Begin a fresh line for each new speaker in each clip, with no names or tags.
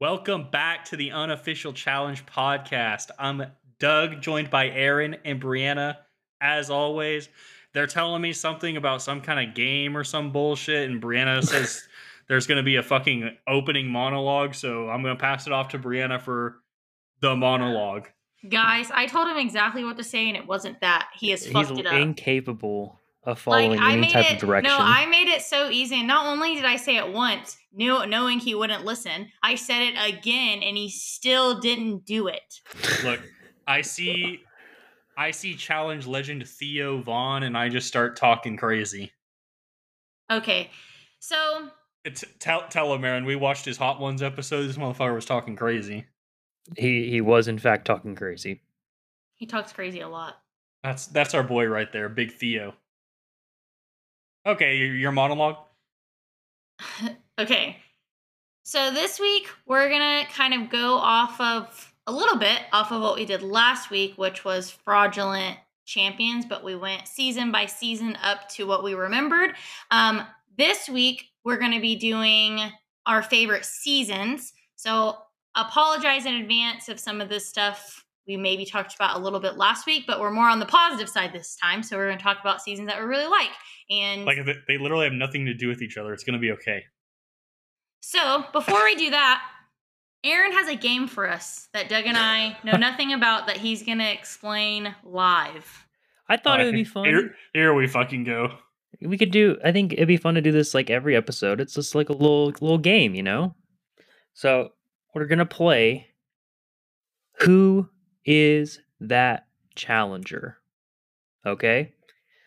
Welcome back to the unofficial challenge podcast. I'm Doug, joined by Aaron and Brianna. As always, they're telling me something about some kind of game or some bullshit, and Brianna says there's going to be a fucking opening monologue. So I'm going to pass it off to Brianna for the monologue.
Guys, I told him exactly what to say, and it wasn't that. He has fucked
He's
it up.
incapable of following any type
it,
of direction.
No, I made it so easy. And not only did I say it once, knew, knowing he wouldn't listen, I said it again, and he still didn't do it.
Look, I see, I see challenge legend Theo Vaughn, and I just start talking crazy.
Okay, so
It's, tell tell him, Aaron. We watched his Hot Ones episode. This motherfucker was talking crazy.
he he was in fact talking crazy.
he talks crazy a lot.
That's that's our boy right there, Big Theo. Okay, your, your monologue.
Okay. So this week we're going to kind of go off of a little bit off of what we did last week, which was fraudulent champions, but we went season by season up to what we remembered. Um, this week we're going to be doing our favorite seasons. So apologize in advance if some of this stuff we maybe talked about a little bit last week, but we're more on the positive side this time. So we're going to talk about seasons that we really like and
Like they- they literally have nothing to do with each other. It's gonna be okay.
So before we do that, Aaron has a game for us that Doug and I know nothing about that he's gonna explain live.
I thought it would
Alright,
be fun.
Here, here we fucking go.
we could do. I think it'd be fun to do this like every episode. It's just like a little little game, you know. So we're gonna play. Who is that challenger? Okay,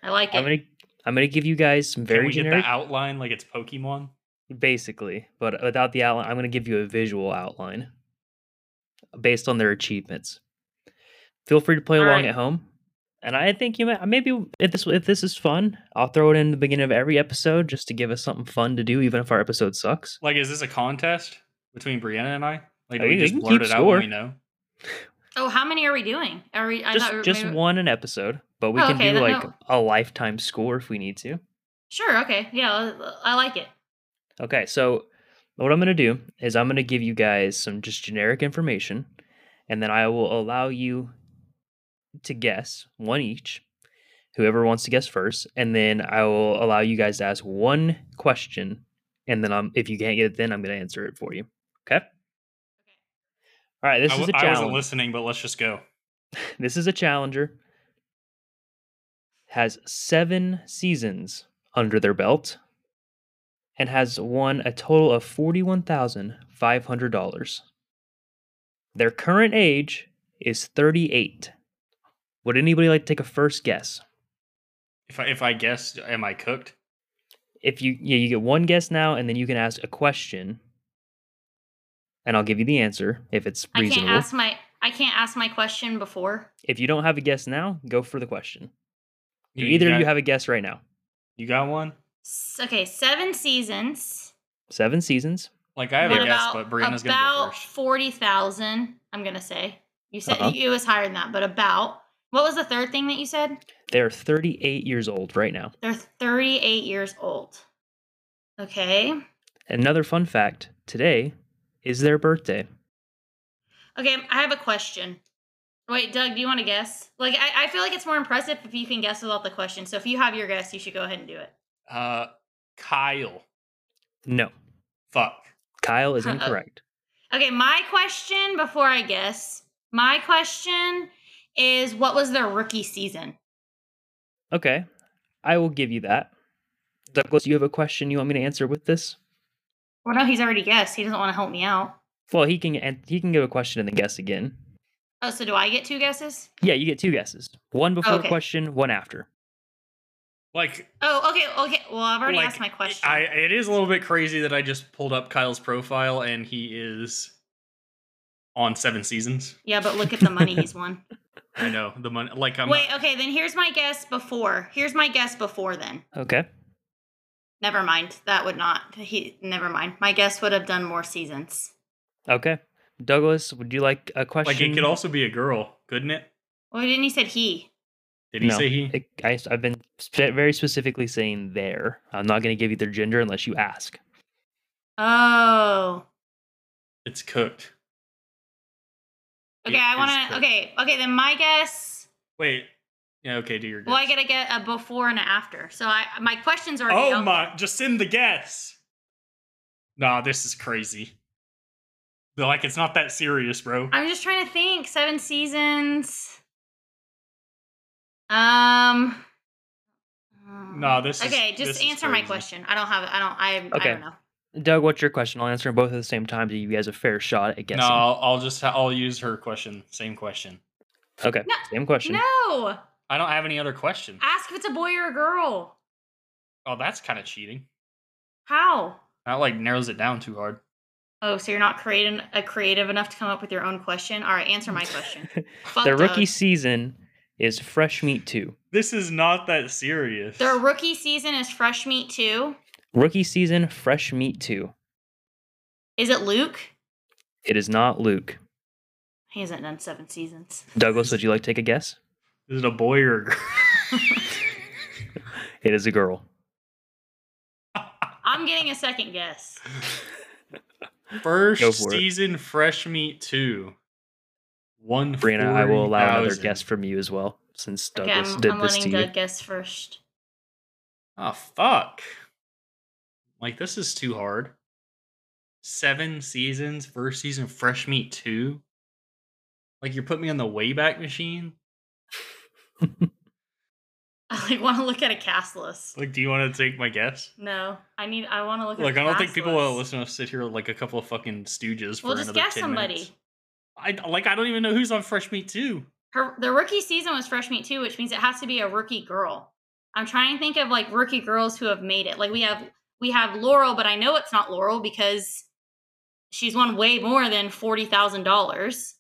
I like
I'm
it.
gonna I'm gonna give you guys some
Can
very
we
generic,
get the outline like it's Pokemon?
basically, but without the outline. I'm gonna give you a visual outline based on their achievements. Feel free to play
All
along
right.
at home. And I think you might maybe if this if this is fun, I'll throw it in the beginning of every episode just to give us something fun to do, even if our episode sucks.
Like, is this a contest between Brianna and I? Like,
Oh,
do we
you
just
can
blurt
keep
it out when we
score.
know.
oh, how many are we doing? Are we? I
just
thought we were
just
maybe-
one an episode, but we
Oh,
can
okay,
do
then
like
no.
a lifetime score if we need to.
Sure. Okay. Yeah, I like it.
Okay, so what I'm going to do is I'm going to give you guys some just generic information, and then I will allow you to guess one each, whoever wants to guess first, and then I will allow you guys to ask one question, and then I'm if you can't get it, then I'm going to answer it for you. Okay. All right, this
I,
is a
w- I wasn't
challenge.
listening, but let's just go.
This is a challenger. Has seven seasons under their belt and has won a total of $41,500. Their current age is 38. Would anybody like to take a first guess?
If I if I guessed, am I cooked?
If you yeah, you get one guess now and then you can ask a question and I'll give you the answer if it's
I can't
reasonable.
ask my I can't ask my question before.
if you don't have a guess now, go for the question.
You-
Either
you
of
got,
you have a guess right now.
you got one.
S- Okay, seven seasons.
7 seasons.
Like I have
what
a guess, but
about
Brianna's gonna go
about
first.
forty thousand? I'm gonna say you said
Uh-huh.
it was higher than that, but about what was the third thing that you said?
They're 38 years old right now.
They're 38 years old. Okay.
Another fun fact today is their birthday.
Okay, I have a question. Wait, Doug, do you want to guess? Like, I, I feel like it's more impressive if you can guess without the question. So if you have your guess, you should go ahead and do it.
Uh, Kyle.
No,
Fuck.
Kyle is
Uh-oh.
incorrect.
Okay, my question before I guess, my question is what was their rookie season?
Okay, I will give you that. Douglas, you have a question you want me to answer with this?
Well, no, he's already guessed. He doesn't want to help me out.
Well, he can an- he can give a question and then guess again.
Oh, so do I get two guesses?
Yeah, you get two guesses. One before
Okay.
question, one after.
Like
Oh, okay, okay. Well, I've already
Like,
asked my question.
I, it is a little bit crazy that I just pulled up Kyle's profile and he is on seven seasons.
yeah, but look at the money he's won.
I know the money. Like I'm.
Wait, okay, then here's my guess before. Here's my guess before then.
Okay.
Never mind. That would not. He never mind. My guess would have done more seasons.
Okay. Douglas, would you like a question?
like it could also be a girl, couldn't it?
Well, didn't he said he?
Did he
No.
say he?
It- I, have been spe- very specifically saying there. I'm not going to give you their gender unless you ask.
Oh,
It's cooked.
Okay,
It
I
is
want to.
cooked.
Okay, okay. Then my guess.
Wait. Yeah, okay, do your guess.
Well, I gotta get a before and an after. So I my questions are.
Oh my, just send the guess. Nah, this is crazy. They're like, it's not that serious, bro.
I'm just trying to think. Seven seasons. Um.
Nah, this is-
Okay,
this
just
is
answer my
crazy.
question. I don't have. I don't. I.
Okay.
I don't know.
Doug, what's your question? I'll answer them both at the same time to give you guys a fair shot at guessing.
No, I'll, I'll just ha- I'll use her question. Same question.
Okay,
No.
same question.
No.
I don't have any other question.
Ask if it's a boy or a girl.
Oh, that's kind of cheating.
How?
That like narrows it down too hard.
Oh, so you're not creative, uh, creative enough to come up with your own question? All right, answer my question. Fuck
the
Doug.
rookie season is Fresh Meat 2.
This is not that serious.
Their rookie season is fresh meat too.
Rookie season, Fresh Meat 2.
Is it Luke?
It is not Luke.
He hasn't done seven seasons.
Douglas, would you like to take a guess?
Is it a boy or a girl?
It is a girl.
I'm getting a second guess.
First
Go for it.
season fresh meat two. One.
Brianna, I will allow another guess from you as well, since
Okay,
Douglas
I'm,
did
I'm
this
letting
to
Doug guess first.
Oh fuck! Like this is too hard. Seven seasons, first season fresh meat two. Like you put me on the Wayback Machine.
I like want to look at a cast list.
Like, do you want to take my guess?
No, I need. I want to look.
Like,
at a
I don't think
cast
people will
list.
listen to us sit here like a couple of fucking stooges for
We'll
another
just guess
10
somebody.
minutes. I like. I don't even know who's on Fresh Meat Two.
Her the rookie season was fresh meat too, which means it has to be a rookie girl. I'm trying to think of like rookie girls who have made it. Like we have we have Laurel, but I know it's not Laurel because she's won way more than forty thousand dollars.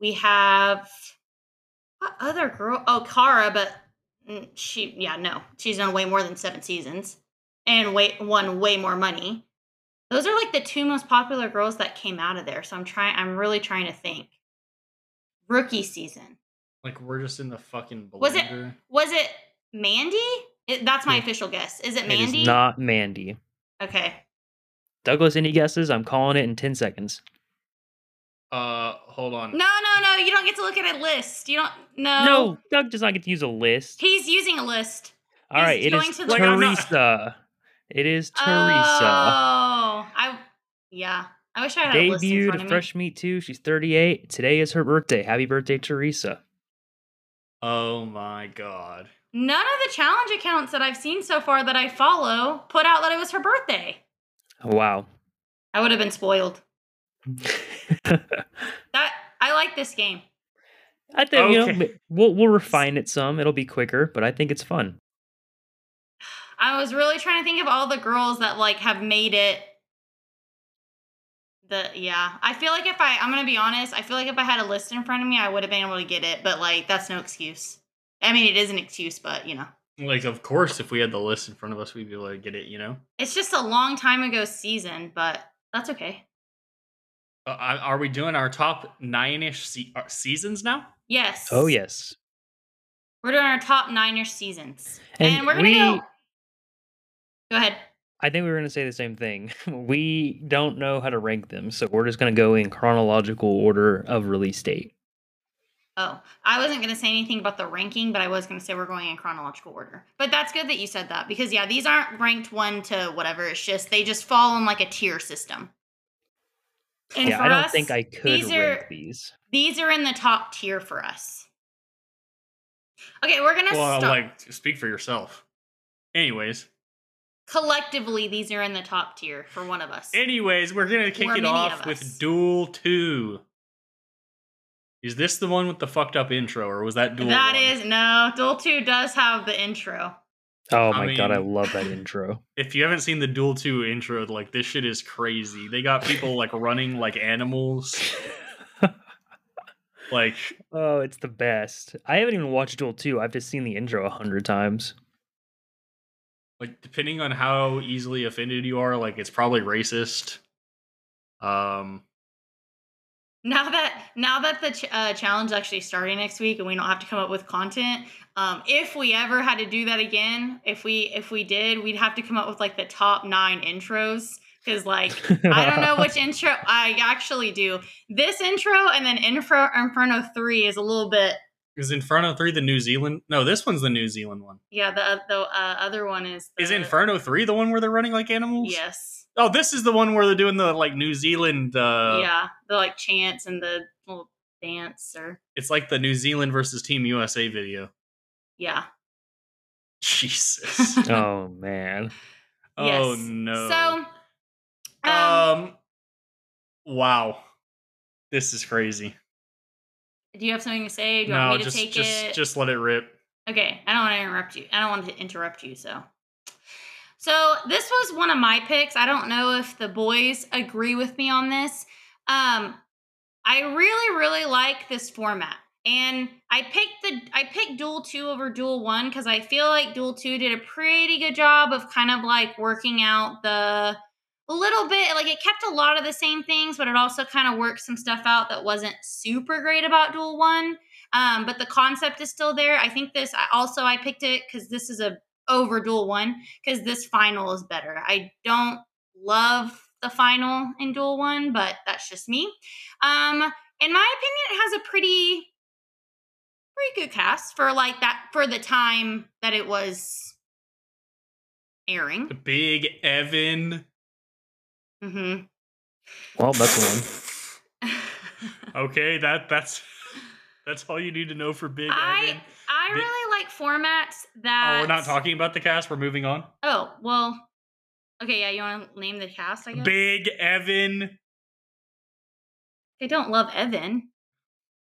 We have what other girl? Oh, Kara, but mm, she yeah no, she's done way more than seven seasons and way won way more money. Those are like the two most popular girls that came out of there. So I'm trying. I'm really trying to think. Rookie season.
Like we're just in the fucking blender.
Was it- Was it Mandy? It, that's my
Yeah.
official guess. Is it
you. It
Mandy?
is not Mandy.
Okay.
Douglas, any guesses? I'm calling it in 10 seconds.
Uh, hold on.
No, no, no. You don't get to look at a list. You don't. No.
No, Doug does not get to use a list.
He's using a list.
All right, it
going
is
to Uh,
the- Like, I'm not-
Teresa. It is Teresa.
Oh, I. Yeah. I wish I had a list in
Debuted
front
at
of
Fresh Meat 2. She's 38. Today is her birthday. Happy birthday, Teresa.
Oh my god.
me. None of the challenge accounts that I've seen so far that I follow put out that it was her birthday.
Wow.
I would have been spoiled.
I
That I like this game.
think you know
Okay.
ma- we'll we'll refine it some. It'll be quicker, but I think it's fun.
I was really trying to think of all the girls that like have made it. The yeah, I feel like if I I'm gonna be honest, I feel like if I had a list in front of me, I would have been able to get it. But like that's no excuse. I mean, it is an excuse, but you know,
Like, of course, if we had the list in front of us, we'd be able to get it. You know,
it's just a long time ago season, but that's okay.
uh, I- are we doing our top nine-ish se- uh, seasons now?
Yes.
Oh yes.
We're doing our top nine-ish seasons, and,
And
we're gonna go.
we-
Go ahead.
I think we were going to say the same thing. We don't know how to rank them, so we're just going to go in chronological order of release date.
Oh, I wasn't going to say anything about the ranking, but I was going to say we're going in chronological order. But that's good that you said that because, yeah, these aren't ranked one to whatever. It's just they just fall in like a tier system. And
yeah,
for
I don't
us,
think I could
these
rank
are-
these.
these are in the top tier for us. Okay, we're going to
Well,
stop.
like, speak for yourself. Anyways,
Collectively, these are in the top tier for one of us.
anyways, we're gonna kick
Or
it
many
off
of us.
with Duel Two. Is this the one with the fucked up intro, or was that
That
Duel?
is
one?
no, Duel 2 does have the intro.
Oh
I
my god, I
mean-
love that intro.
If you haven't seen the Duel 2 intro, like this shit is crazy. They got people like running like animals. Like
Oh, it's the best. I haven't even watched Duel 2. I've just seen the intro a hundred times.
like depending on how easily offended you are, like it's probably racist. Um
Now that now that the ch- uh, challenge is actually starting next week and we don't have to come up with content, um, if we ever had to do that again, if we if we did, we'd have to come up with like the top nine intros because like I don't know which intro I actually do. This intro and then Infro Inferno Three is a little bit.
Is Inferno 3 the New Zealand? No, this one's the New Zealand one.
Yeah, the the uh, other one is the,
Is Inferno 3 the one where they're running like animals?
Yes.
Oh, this is the one where they're doing the like New Zealand uh
yeah, the like chants and the little dance or
it's like the New Zealand versus Team USA video.
yeah.
Jesus.
oh man.
Oh
Yes.
no.
So, um,
um wow. This is crazy.
do you have something to say? Do you
No,
want me to
just
take
just
it?
just let it rip.
Okay, I don't want to interrupt you. I don't want to interrupt you, so. So, this was one of my picks. I don't know if the boys agree with me on this. Um I really really like this format. And I picked the I picked Duel 2 over Duel 1 cuz I feel like Duel 2 did a pretty good job of kind of like working out the a little bit like it kept a lot of the same things, but it also kind of worked some stuff out that wasn't super great about Duel 1 um, but the concept is still there. I think this I also I picked it because this is a over dual one because this final is better. I don't love the final in dual one, but that's just me. Um, in my opinion, it has a pretty pretty good cast for like that for the time that it was airing.
Big Evan.
Mm-hmm.
Well, Oh, that's one.
Okay, that that's that's all you need to know for Big
I
Evan.
I
Th-
really like formats that.
Oh, we're not talking about the cast. We're moving on.
Oh well. Okay, yeah, you want to name the cast? I guess.
Big Evan.
I don't love Evan.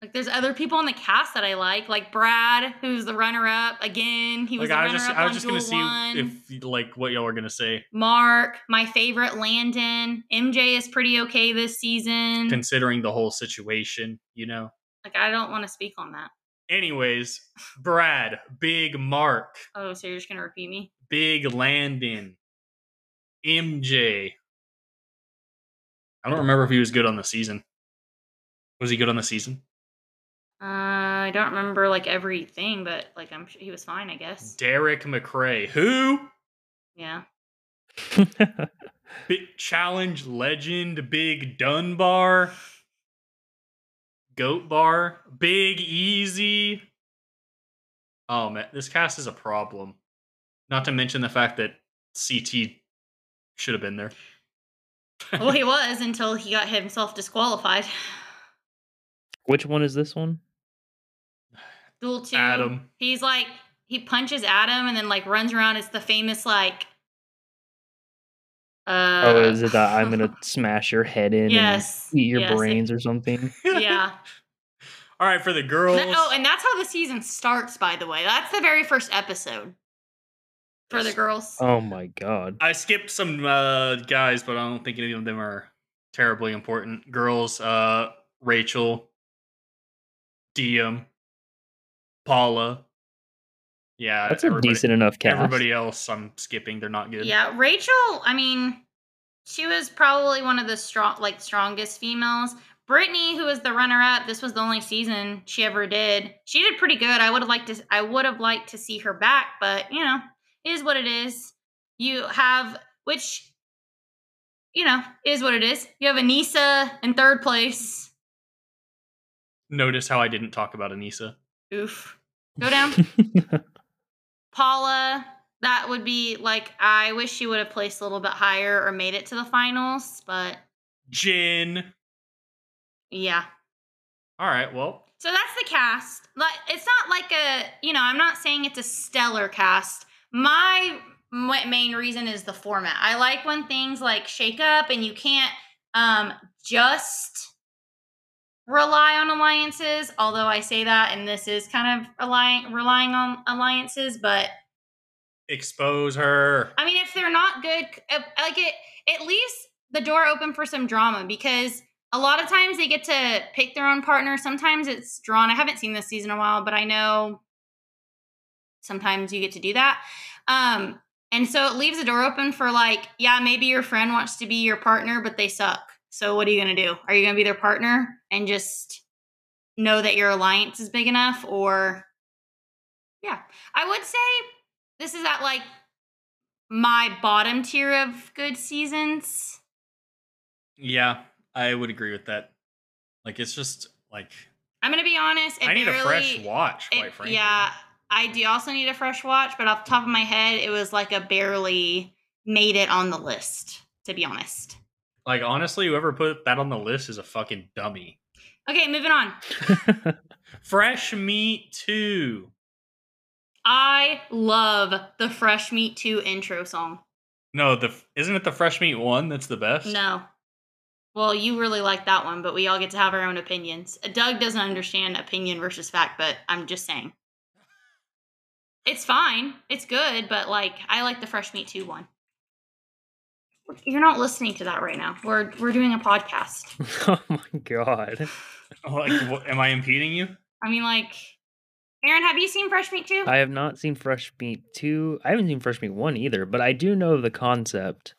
Like there's other people on the cast that I like, like Brad, who's the runner-up again. He was
Like
the
I was
runner-up
just
on
I was just gonna see
Duel One.
if like what y'all were gonna say,
Mark, my favorite, Landon. MJ is pretty okay this season.
considering the whole situation, you know.
like I don't want to speak on that.
Anyways, Brad, Big Mark,
Oh, so you're just gonna repeat me?
Big Landon, MJ. I don't remember if he was good on the season. Was he good on the season?
Uh, I don't remember like everything, but like I'm sure he was fine, I guess.
Derek McRae, who
Yeah.
Big Challenge Legend, Big Dunbar, Goat Bar, Big Easy. Oh man, this cast is a problem. Not to mention the fact that CT should have been there.
well, he was until he got himself disqualified.
Which one is this one?
Duel two.
Adam.
He's like he punches Adam and then like runs around. It's the famous like. Uh,
oh, is it that I'm gonna smash your head in
yes.
and eat your
yes, it-
brains or something?
yeah.
All right, for the girls.
Th- oh, and that's how the season starts. By the way, that's the very first episode. For the
Yes.
girls.
Oh my god.
I skipped some uh, guys, but I don't think any of them are terribly important. Girls, uh, Rachel, Diem, Paula.
Uh,
Yeah,
That's a
everybody-
decent enough cast.
Everybody else, I'm skipping. They're not good.
Yeah, Rachel. I mean, she was probably one of the strong, like strongest females. Brittany, who was the runner-up, this was the only season she ever did. She did pretty good. I would have liked to. I would have liked to see her back, but you know, it is what it is. You have which, you know, is what it is. You have Anissa in third place.
Notice how I didn't talk about Anissa.
Oof. Go down. Paula, that would be like I wish she would have placed a little bit higher or made it to the finals, but
Jin.
yeah.
All right. Well,
So that's the cast. Like it's not like a, you know, I'm not saying it's a stellar cast. My m- main reason is the format. I like when things like shake up and you can't um just rely on alliances, although I say that and this is kind of relying relying on alliances, but
expose her.
I mean, if they're not good, c- uh, like it, it leaves the door open for some drama because a lot of times they get to pick their own partner. Sometimes it's drawn. I haven't seen this season in a while, but I know sometimes you get to do that. Um, and so it leaves the door open for like, yeah, maybe your friend wants to be your partner, but they suck. So what are you gonna do? Are you gonna be their partner and just know that your alliance is big enough, or yeah, I would say this is at like my bottom tier of good seasons.
Yeah, I would agree with that. Like it's just like
I'm gonna be honest. It
I need
barely,
a fresh watch, quite
it-
frankly.
Yeah, I do also need a fresh watch, but off the top of my head, it was like a barely made it on the list, to be honest.
Like honestly, whoever put that on the list is a fucking dummy.
Okay, moving on.
Fresh meat too.
I love the Fresh Meat 2 intro song.
No, the isn't it the fresh meat one that's the best?
No. Well, you really like that one, but we all get to have our own opinions. Uh, Doug doesn't understand opinion versus fact, but I'm just saying. It's fine. It's good, but like I like the fresh meat too one. You're not listening to that right now. We're we're doing a podcast.
oh my god.
Like, wh- am I impeding you?
I mean like Aaron, have you seen Fresh Meat 2?
I have not seen Fresh Meat 2. I haven't seen Fresh Meat 1 either, but I do know the concept.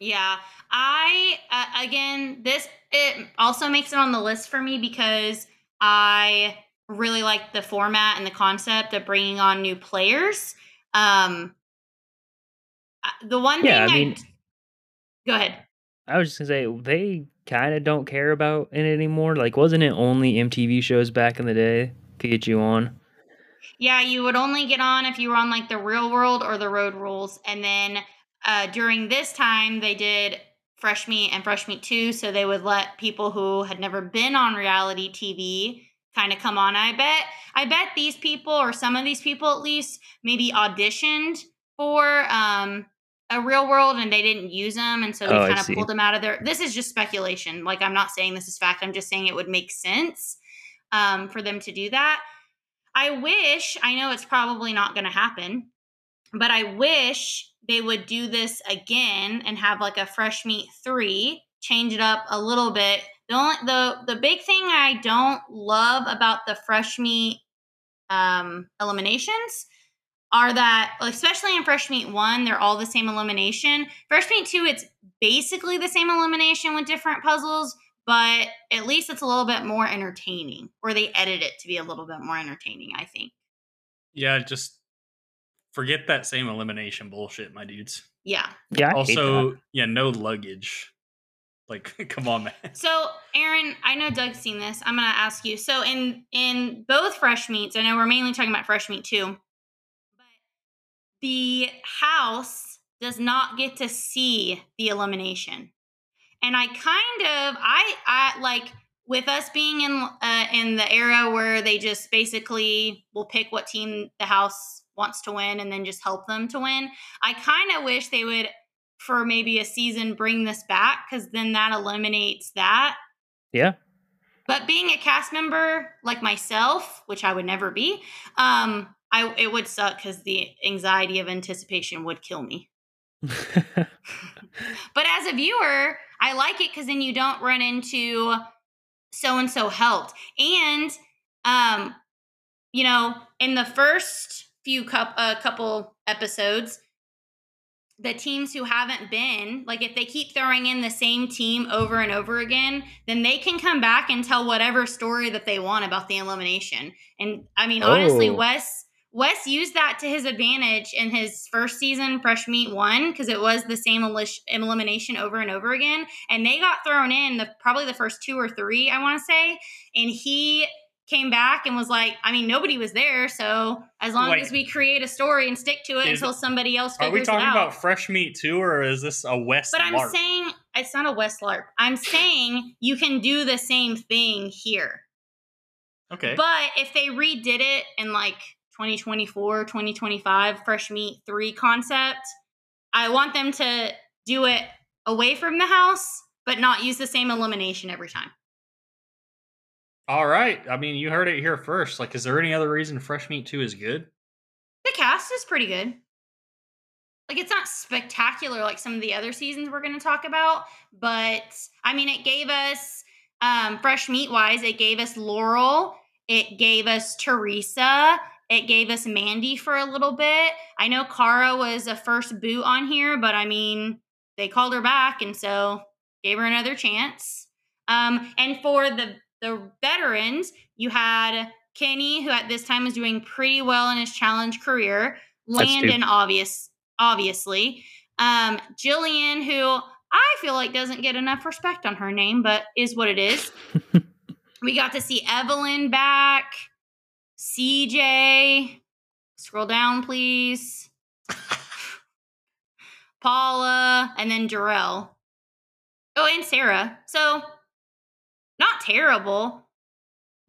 Yeah, I uh, again this it also makes it on the list for me because I really like the format and the concept of bringing on new players. Um, I- the one
Yeah,
thing
I
I,
mean-
go ahead.
I was just going to say, they kind of don't care about it anymore. Like, wasn't it only MTV shows back in the day could get you on?
Yeah, you would only get on if you were on like the real world or the road rules, and then uh, during this time they did fresh meat and fresh meat two, so they would let people who had never been on reality TV kind of come on. I bet, I bet these people or some of these people at least maybe auditioned for um, a real world and they didn't use them, and so they
Oh, I
kind of
see.
pulled them out of there. This is just speculation. Like I'm not saying this is fact. I'm just saying it would make sense um, for them to do that. I wish, I know it's probably not going to happen, but I wish they would do this again and have like a fresh meat three, change it up a little bit. The only the the big thing I don't love about the fresh meat um, eliminations are that especially in fresh meat one, they're all the same elimination. Fresh meat two, it's basically the same elimination with different puzzles, but at least it's a little bit more entertaining, or they edit it to be a little bit more entertaining. I think.
Yeah, just forget that same elimination bullshit, my dudes.
Yeah.
Yeah. I hate that.
also, yeah, no luggage. Like, come on, man.
So, Aaron, I know Doug's seen this. I'm gonna ask you. So, in in both fresh meats, I know we're mainly talking about fresh meat too, but the house does not get to see the elimination, and I kind of I I like with us being in uh, in the era where they just basically will pick what team the house wants to win and then just help them to win. I kind of wish they would for maybe a season bring this back because then that eliminates that.
Yeah.
But being a cast member like myself, which I would never be, um, I it would suck because the anxiety of anticipation would kill me. But as a viewer, I like it because then you don't run into so and so helped. And um, you know, in the first few cup a uh, couple episodes, the teams who haven't been, like if they keep throwing in the same team over and over again, then they can come back and tell whatever story that they want about the elimination. And I mean, honestly,
Oh.
Wes Wes used that to his advantage in his first season, Fresh Meat One, because it was the same elish- elimination over and over again, and they got thrown in the probably the first two or three, I want to say, and he came back and was like, I mean, nobody was there, so as long
Wait.
as we create a story and stick to it
Is-
until somebody else
Are we
figures it
talking
out.
about fresh meat too, or is this a West?
but I'm
LARP?
saying it's not a West LARP. I'm saying you can do the same thing here.
okay,
But if they redid it in like 2024, 2025, Fresh Meat 3 concept, I want them to do it away from the house, but not use the same elimination every time.
all right. I mean, you heard it here first. Like, is there any other reason fresh meat too is good?
The cast is pretty good. Like it's not spectacular like some of the other seasons we're going to talk about, but I mean it gave us um fresh meat wise, it gave us Laurel, it gave us Teresa, it gave us Mandy for a little bit. I know Kara was a first boot on here, but I mean they called her back and so gave her another chance. Um and for the the veterans, you had Kenny, who at this time was doing pretty well in his challenge career,
That's Duke.
Landon, obvious, obviously, um, Jillian, who I feel like doesn't get enough respect on her name, but is what it is. we got to see Evelyn back, CJ. Scroll down, please. Paula, and then Jarrell. Oh, and Sarah. So, not terrible.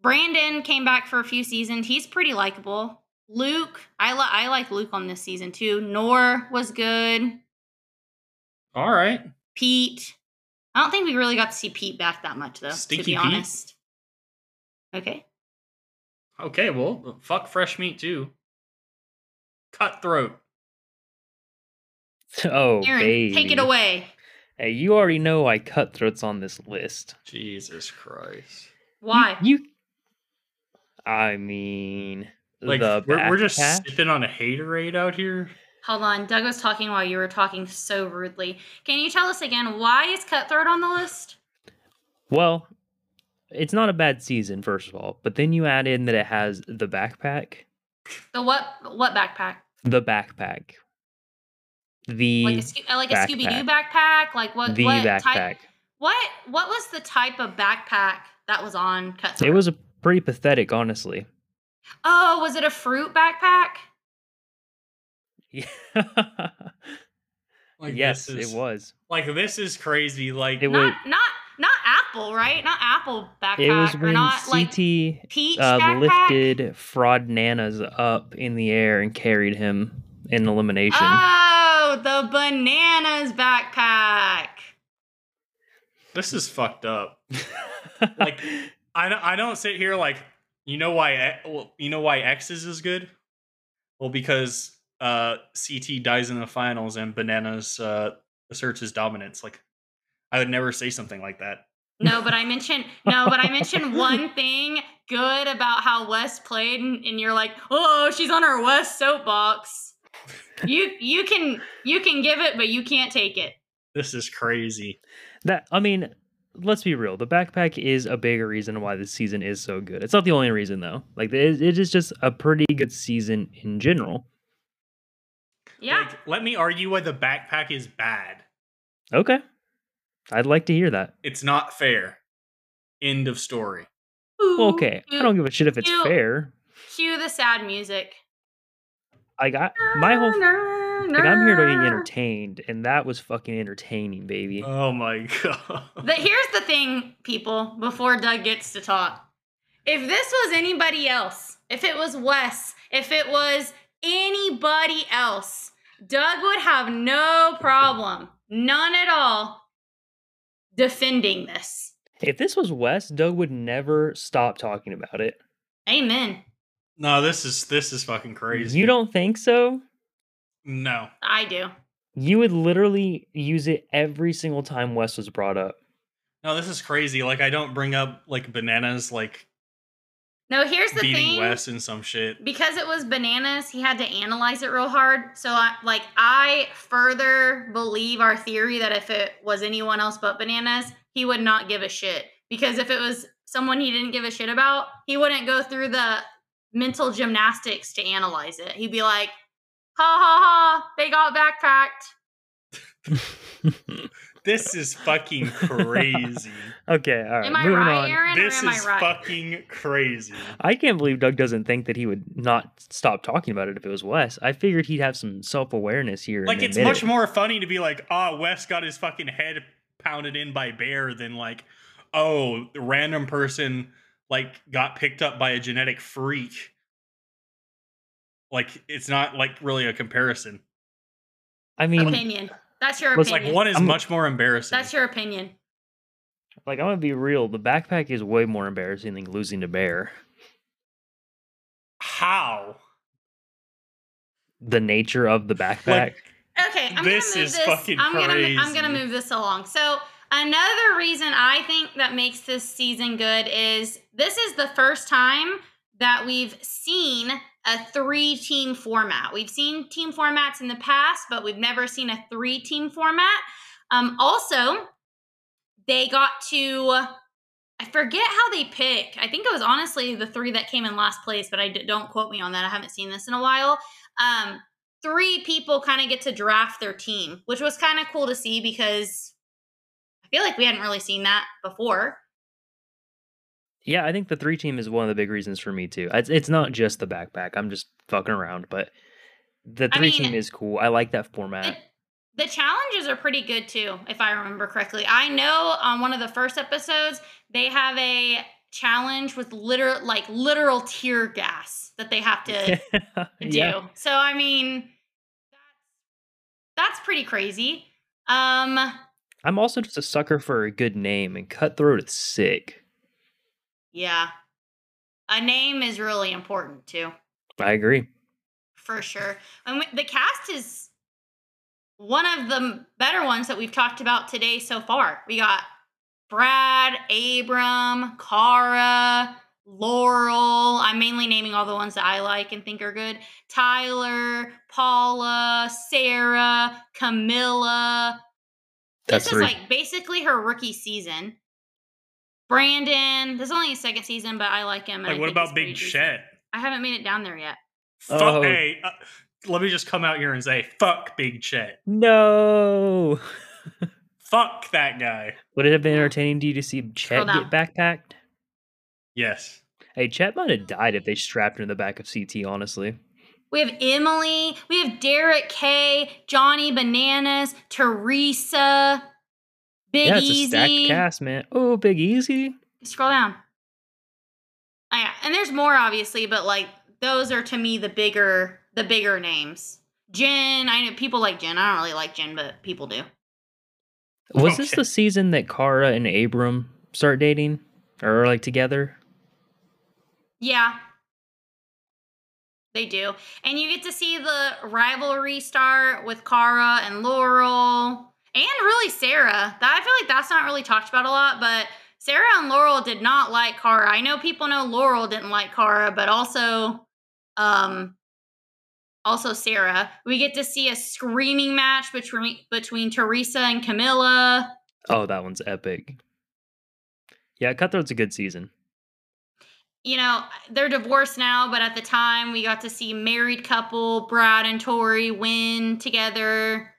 Brandon came back for a few seasons. He's pretty likable. Luke, I, li- I like Luke on this season too. Nor was good.
All right.
Pete. I don't think we really got to see Pete back that much though,
Stinky
to be
Pete.
honest. Okay.
Okay, well, fuck fresh meat too. Cutthroat.
Oh,
Aaron, take
baby.
it away.
Hey, you already know I cutthroats on this list.
Jesus Christ.
You-
Why?
You, I mean,
Like
the
we're, we're just
backpack?
sipping on a haterade out here.
Hold on. Doug was talking while you were talking so rudely. Can you tell us again why is Cutthroat on the list?
Well, it's not a bad season, first of all. But then you add in that it has the backpack,
The what what backpack?
the backpack, the
Like a, Sco- uh, like a Scooby Doo backpack? Like what
the
what
backpack.
type what what was the type of backpack that was on Cutthroat?
It was a pretty pathetic, honestly.
Oh, was it a fruit backpack?
yes,
this is-
it was.
Like this is crazy. Like
It was.
Not not not apple, right? Not apple backpack.
It was
or
when
not like
CT
peach
uh,
backpack?
lifted fraud nanas up in the air and carried him in elimination.
Oh, the bananas backpack.
this is fucked up. like- I don't, I don't sit here like you know why E- well, you know why X's is good. Well, because uh, CT dies in the finals and Bananas uh, asserts his dominance. Like I would never say something like that.
No, but I mentioned no, but I mentioned one thing good about how Wes played, and, and you're like, oh, she's on her Wes soapbox. You you can you can give it, but you can't take it.
This is crazy.
that I mean, let's be real. The backpack is a bigger reason why this season is so good. It's not the only reason though. Like it, it is just a pretty good season in general.
Yeah.
Like, let me argue why the backpack is bad.
Okay, I'd like to hear that.
It's not fair. End of story.
Ooh,
Okay, I
cue-
don't give a shit if it's
you-
fair.
cue the sad music.
Like I, my whole like
like
I'm here to be entertained, and that was fucking entertaining, baby.
Oh my god.
But here's the thing, people, before Doug gets to talk. If this was anybody else, if it was Wes, if it was anybody else, Doug would have no problem, none at all, defending this.
If this was West, Doug would never stop talking about it.
Amen.
No, this is this is fucking crazy.
You don't think so?
No.
I do.
You would literally use it every single time West was brought up.
No, this is crazy. Like I don't bring up like bananas like
No, here's the
beating
thing.
Wes and some shit.
because it was bananas he had to analyze it real hard so I, like i further believe our theory that if it was anyone else but bananas he would not give a shit because if it was someone he didn't give a shit about he wouldn't go through the mental gymnastics to analyze it he'd be like ha ha ha they got backpacked
This is fucking crazy.
Okay, all right.
am i
moving
right
on.
aaron
this
or am
is
i right
fucking crazy.
I can't believe Doug doesn't think that he would not stop talking about it if it was Wes. I figured he'd have some self awareness here.
Like
and
it's
admit
much
it.
more funny to be like, ah, Wes got his fucking head pounded in by bear than like, oh, the random person like got picked up by a genetic freak. Like it's not like really a comparison.
I mean,
opinion that's your
Looks
opinion
Like one is
I'm-
much more embarrassing.
that's your opinion
like I'm gonna be real. The backpack is way more embarrassing than losing to Bear.
How?
The nature of the backpack.
Okay, I'm
This
gonna move
is
this.
fucking
I'm gonna I'm gonna
crazy.
move this along. So another reason I think that makes this season good is this is the first time that we've seen a three team format. We've seen team formats in the past, but we've never seen a three team format. Um, also, they got to I forget how they pick. I think it was honestly the three that came in last place, but I d- don't quote me on that. I haven't seen this in a while. Um, three people kind of get to draft their team, which was kind of cool to see because I feel like we hadn't really seen that before.
Yeah, I think the three team is one of the big reasons for me too. It's, it's not just the backpack. I'm just fucking around, but the
I
three
mean,
team is cool. I like
The,
that format.
the challenges are pretty good too, if I remember correctly. I know on one of the first episodes they have a challenge with literal like literal tear gas that they have to do.
yeah,
So I mean, that's that's pretty crazy. Um,
I'm also just a sucker for a good name, and Cutthroat is sick.
yeah, a name is really important too,
I agree.
for sure. And we- the cast is one of the m- better ones that we've talked about today so far. We got Brad, Abram, Cara, Laurel. I'm mainly naming all the ones that I like and think are good. Tyler, Paula, Sarah, Camilla,
That's
this is
three.
like basically her rookie season. Brandon, this is only his second season, but I like him. and
Like,
I
what
think he's
about
pretty
Big
decent.
Chet?
I haven't made it down there yet.
Fuck.
Oh.
Hey, uh, let me just come out here and say, fuck Big Chet.
no.
Fuck that guy.
Would it have been entertaining to you to see Chet
Scroll down.
get backpacked?
Yes.
Hey, Chet might have died if they strapped him in the back of CT. Honestly,
We have Emily, we have Derek K, Johnny Bananas, Teresa, Big
yeah, it's a stacked
Easy.
cast, man. Oh, Big Easy.
Scroll down. Oh, yeah, and there's more obviously, but like those are to me the bigger the bigger names. Jen, I know people like Jen. I don't really like Jen, but people do.
Was this
Okay.
the season that Kara and Abram start dating or like together?
Yeah. They do. And you get to see the rivalry start with Kara and Laurel and really Sarah. That I feel like that's not really talked about a lot, but Sarah and Laurel did not like Kara. I know people know Laurel didn't like Kara, but also um also Sarah. We get to see a screaming match between between Teresa and Camilla.
Oh, that one's epic. Yeah, Cutthroat's a good season.
you know, they're divorced now, but at the time we got to see married couple Brad and Tori win together.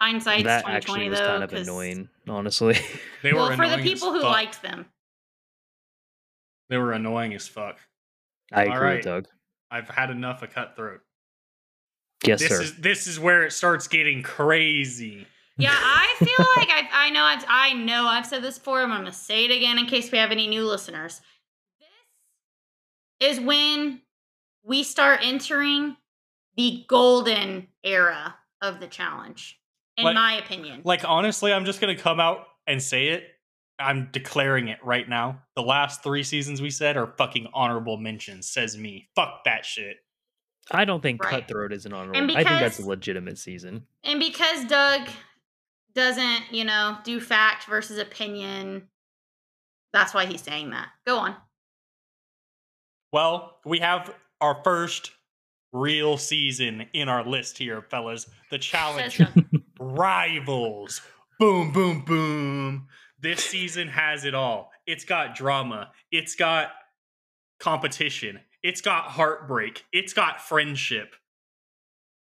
Hindsight's
that
twenty
actually
twenty
was
though.
kind of
'cause-
annoying, honestly.
They were
well, for the
annoying as
people who
fuck.
liked them,
They were annoying as fuck.
I
All
agree
right.
with Doug.
I've had enough of cutthroat.
Yes,
this
sir.
is this is where it starts getting crazy.
yeah, I feel like I've, I know I've I know I've said this before. I'm gonna say it again in case we have any new listeners. This is when we start entering the golden era of the challenge, in
Like-
my opinion.
Like honestly, I'm just gonna come out and say it. I'm declaring it right now. The last three seasons we said are fucking honorable mentions. Says me. Fuck that shit.
I don't think
Right.
Cutthroat is an honorable.
And
I think that's a
because-
legitimate season.
And because Doug doesn't, you know, do fact versus opinion, that's why he's saying that. Go on.
Well, we have our first real season in our list here, fellas. The challenge
Says Doug.
rivals. Boom, boom, boom. This season has it all. It's got drama. It's got competition. It's got heartbreak. It's got friendship.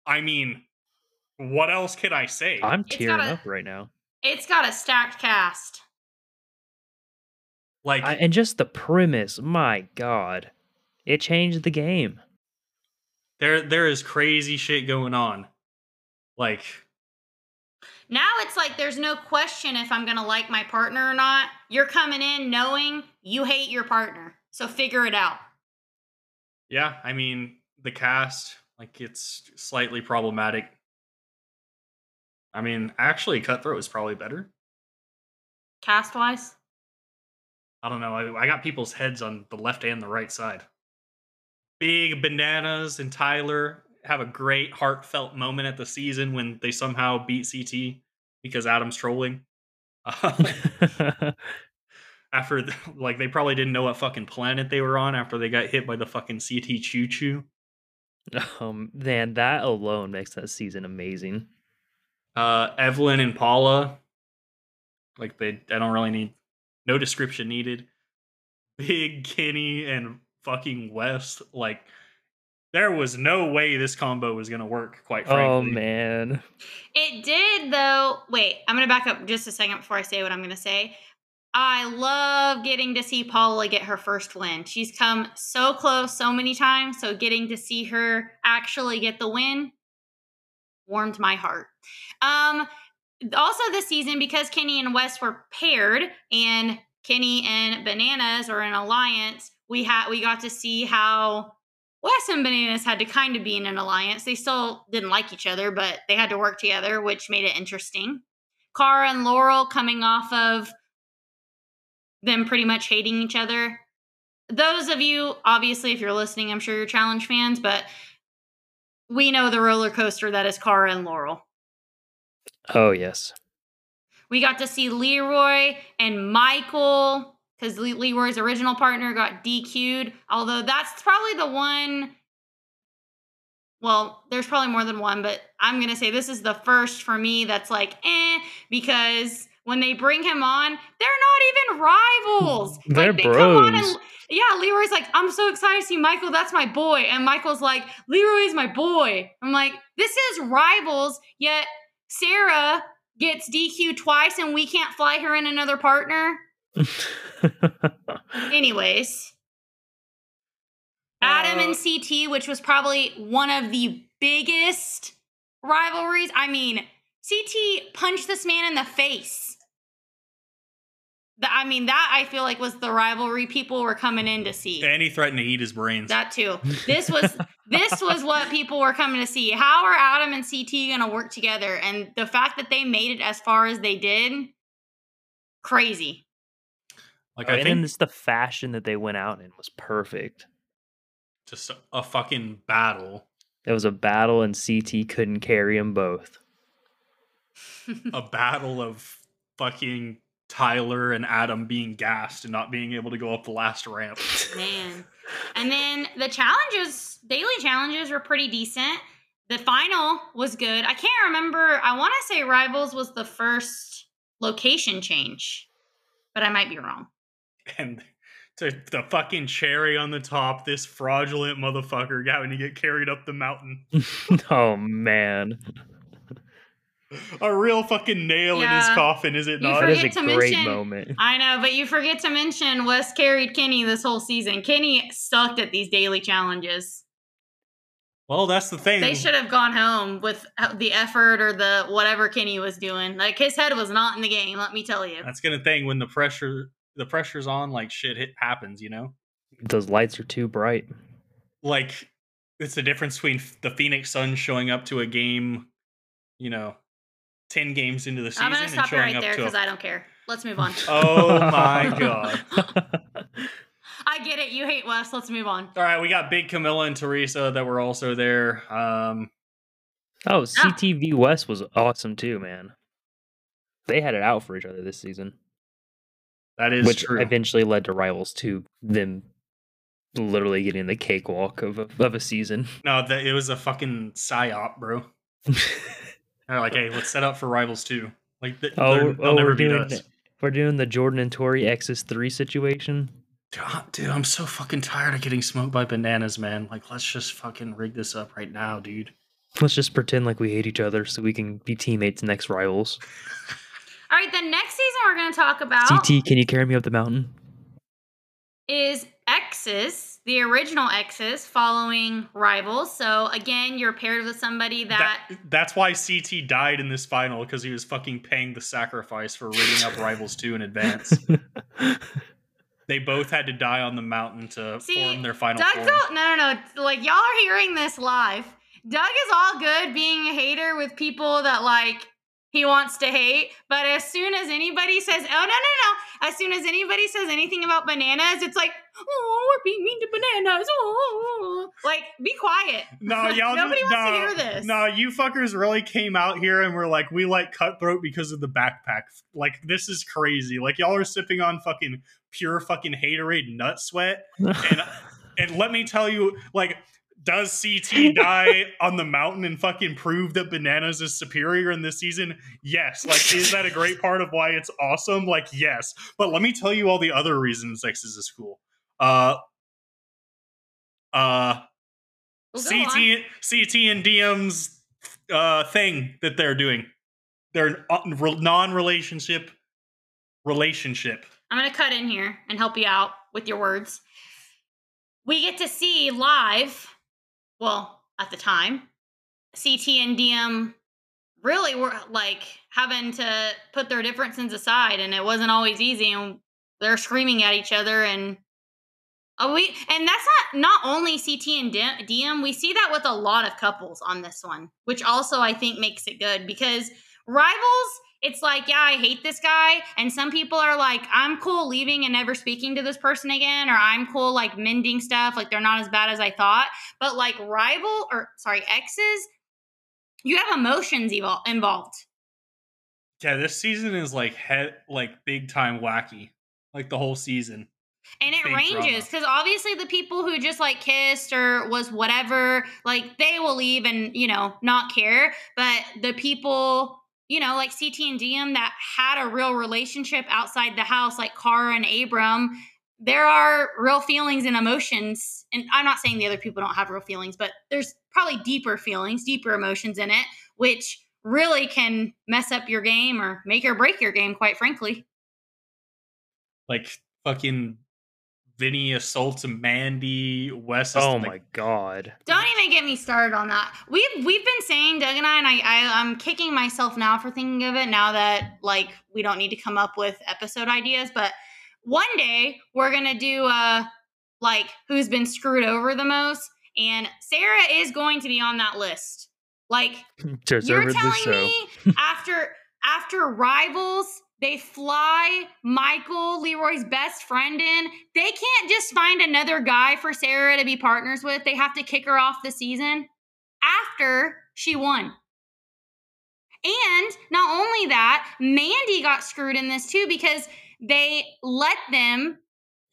I mean, what else can I say?
I'm
It's
tearing
got a-
up right now.
it's got a stacked cast.
like,
I, and just the premise, my god, it changed the game.
there, there is crazy shit going on. Like,
Now it's like there's no question if I'm going to like my partner or not. You're coming in knowing you hate your partner. So figure it out.
yeah, I mean, the cast, like, it's slightly problematic. I mean, actually, Cutthroat is probably better.
Cast wise,
I don't know. I, I got people's heads on the left and the right side. Big Bananas and Tyler have a great heartfelt moment at the season when they somehow beat CT because Adam's trolling. after, the- like, they probably didn't know what fucking planet they were on after they got hit by the fucking CT choo choo.
um, man, that alone makes that season amazing.
Uh, Evelyn and Paula, like, they, I don't really need, no description needed. Big Kenny and fucking West, like, There was no way this combo was gonna work. Quite frankly,
Oh man.
It did though. Wait, I'm gonna back up just a second before I say what I'm gonna say. I love getting to see Paula get her first win. She's come so close so many times, so getting to see her actually get the win warmed my heart. Um also this season because Kenny and Wes were paired and Kenny and Bananas are in alliance, we had we got to see how Wes and Bananas had to kind of be in an alliance. They still didn't like each other, but they had to work together, which made it interesting. Cara and Laurel coming off of them pretty much hating each other. Those of you, obviously, if you're listening, I'm sure you're challenge fans, but we know the roller coaster that is Cara and Laurel.
Oh yes.
We got to see Leroy and Michael because Le- Leroy's original partner got DQ'd. Although that's probably the one. Well, there's probably more than one, but I'm going to say this is the first for me that's like, eh, because when they bring him on, they're not even rivals.
They're
like, they come on
bros.
and, yeah, Leroy's like, I'm so excited to see Michael. That's my boy. And Michael's like, Leroy's my boy. I'm like, this is rivals, yet Sarah gets DQ twice and we can't fly her in another partner. Anyways, Adam and CT, which was probably one of the biggest rivalries. I mean, CT punched this man in the face. Th- I mean, that I feel like was the rivalry people were coming in to see.
and he threatened to eat his brains.
That too. This was this was what people were coming to see. How are Adam and CT going to work together? And the fact that they made it as far as they did, crazy.
like I
and then
think
it's the fashion that they went out in was perfect.
just a- a fucking battle,
It was a battle and CT couldn't carry them both.
a battle of fucking Tyler and Adam being gassed and not being able to go up the last ramp.
Man. And then the challenges, daily challenges were pretty decent. The final was good. I can't remember. I want to say Rivals was the first location change, but I might be wrong.
and to the fucking cherry on the top, this fraudulent motherfucker got when you get carried up the mountain.
oh man.
A real fucking nail in his
Oh, Yeah.
coffin, is it
You
not?
That is a
Forget to
great
mention-
moment.
I know, but you forget to mention Wes carried Kenny this whole season. Kenny sucked at these daily challenges.
Well, that's the thing.
They should have gone home with uh, the effort or the whatever Kenny was doing. Like his head was not in the game, let me tell you.
That's gonna thing when the pressure the pressure's on, like shit hit happens, you know?
Those lights are too bright.
Like it's the difference between f- the Phoenix Suns showing up to a game, you know, ten games into the
I'm
season
going to
and
stop you
showing
right there
up to.
because
a-
I I don't care. Let's move on.
oh my god!
Oh,
I get it. You hate Wes. Let's move on.
All right, we got Big Camilla and Teresa that were also there. Um,
Oh, CTV West was awesome too, man. They had it out for each other this season,
that is
which
true.
eventually led to Rivals to them literally getting the cakewalk of a, of a season.
No, that it was a fucking psyop, bro. They're like, hey, let's set up for rivals too. Like, th-
Oh,
they're-
we're-
they'll
oh,
never
we're
beat
doing
us.
it. We're doing the Jordan and Tori X's three situation.
God, dude, I'm so fucking tired of getting smoked by bananas, man. Like, let's just fucking rig this up right now, dude.
Let's just pretend like we hate each other so we can be teammates next rivals.
All right, the next season we're going to talk about
CT, can you carry me up the mountain?
is exes, the original exes following rivals. So again, you're paired with somebody that
that's why CT died in this final because he was fucking paying the sacrifice for rigging up rivals two in advance. They both had to die on the mountain to
See,
form their final form.
Doug's all no no no like y'all are hearing this live. Doug is all good being a hater with people that like he wants to hate, but as soon as anybody says, "Oh no no no," as soon as anybody says anything about bananas, it's like, "Oh, we're being mean to bananas." Oh, like be quiet.
No, y'all.
Nobody
no,
wants to hear this.
No, you fuckers really came out here and were like, we like cutthroat because of the backpack. Like, this is crazy. Like, y'all are sipping on fucking pure fucking haterade nut sweat. And and let me tell you, like, does CT die on the mountain and fucking prove that bananas is superior in this season? Yes. Like, is that a great part of why it's awesome? Like, yes. But let me tell you all the other reasons X's is cool. Uh, uh,
Well, go on.
CT, CT and DM's uh, thing that they're doing. uh, Their non relationship relationship.
I'm going to cut in here and help you out with your words. We get to see live, well, at the time, CT and DM really were like having to put their differences aside, and it wasn't always easy. And they're screaming at each other, and oh, we and that's not not only CT and DM, DM. We see that with a lot of couples on this one, which also I think makes it good because rivals it's like, yeah, I hate this guy. And some people are like, I'm cool leaving and never speaking to this person again, or I'm cool like mending stuff. Like they're not as bad as I thought. But like rival or sorry, exes, you have emotions evol- involved.
Yeah, this season is like head like big time wacky. Like the whole season.
And it
Big
ranges because obviously the people who just like kissed or was whatever, like they will leave and, you know, not care. But the people, you know, like CT and DM that had a real relationship outside the house, like Cara and Abram, there are real feelings and emotions. And I'm not saying the other people don't have real feelings, but there's probably deeper feelings, deeper emotions in it, which really can mess up your game or make or break your game, quite frankly.
Like fucking Vinny assaults Mandy, Wes
Oh
like,
my god.
Don't even get me started on that. We've we've been saying Doug and I, and I, I I'm kicking myself now for thinking of it. Now that like we don't need to come up with episode ideas, but one day we're gonna do uh like who's been screwed over the most, and Sarah is going to be on that list. Like you're
Deservedly
telling
so.
me after after rivals they fly Michael Leroy's best friend in. They can't just find another guy for Sarah to be partners with. They have to kick her off the season after she won. And not only that, Mandy got screwed in this too because they let them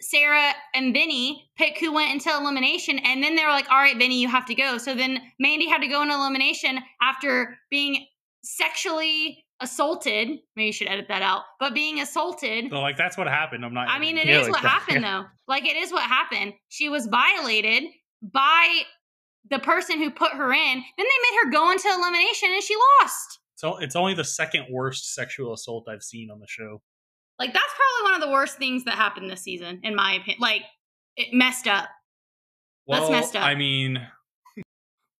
Sarah and Vinny pick who went into elimination. And then they were like, all right, Vinny, you have to go. So then Mandy had to go into elimination after being sexually assaulted. Maybe you should edit that out, but being assaulted.
No, like that's what happened. I'm not.
I mean, it is
Yeah, like
what
that.
happened, though. Like, it is what happened. She was violated by the person who put her in. Then they made her go into elimination and she lost.
so it's only the second worst sexual assault I've seen on the show.
Like, that's probably one of the worst things that happened this season, in my opinion. Like, it messed up. That's messed up.
I mean,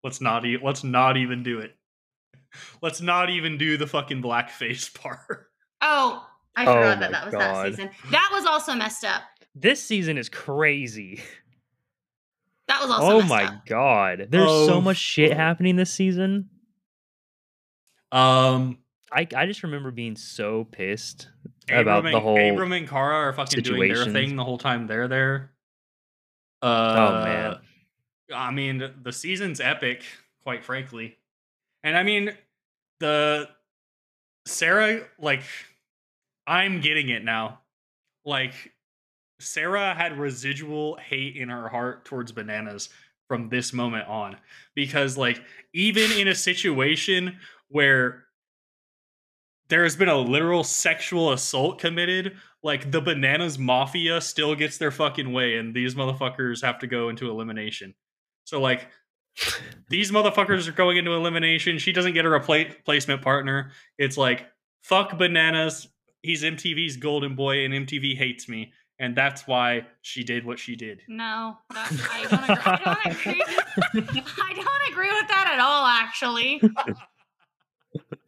let's not. E- let's not even do it. Let's not even do the fucking blackface part.
Oh, I
Oh
forgot
my
that that was
God.
that season. That was also messed up.
This season is crazy.
That was also
Oh
messed
my
up.
god. There's
Oh,
so much shit
fuck.
happening this season.
Um,
I I just remember being so pissed
Abram
about
and,
the whole
Abram and Kara are fucking doing
situations.
their thing the whole time they're there.
Oh
Uh,
man.
I mean, the season's epic, quite frankly. And I mean, the Sarah, like, I'm getting it now. Like, Sarah had residual hate in her heart towards bananas from this moment on. Because, like, even in a situation where there has been a literal sexual assault committed, like, the bananas mafia still gets their fucking way, and these motherfuckers have to go into elimination. So like these motherfuckers are going into elimination. She doesn't get a repla- replacement partner. It's like fuck bananas. He's MTV's golden boy and MTV hates me. And that's why she did what she did.
No, that, I, don't agree. I don't agree. I don't agree with that at all. Actually,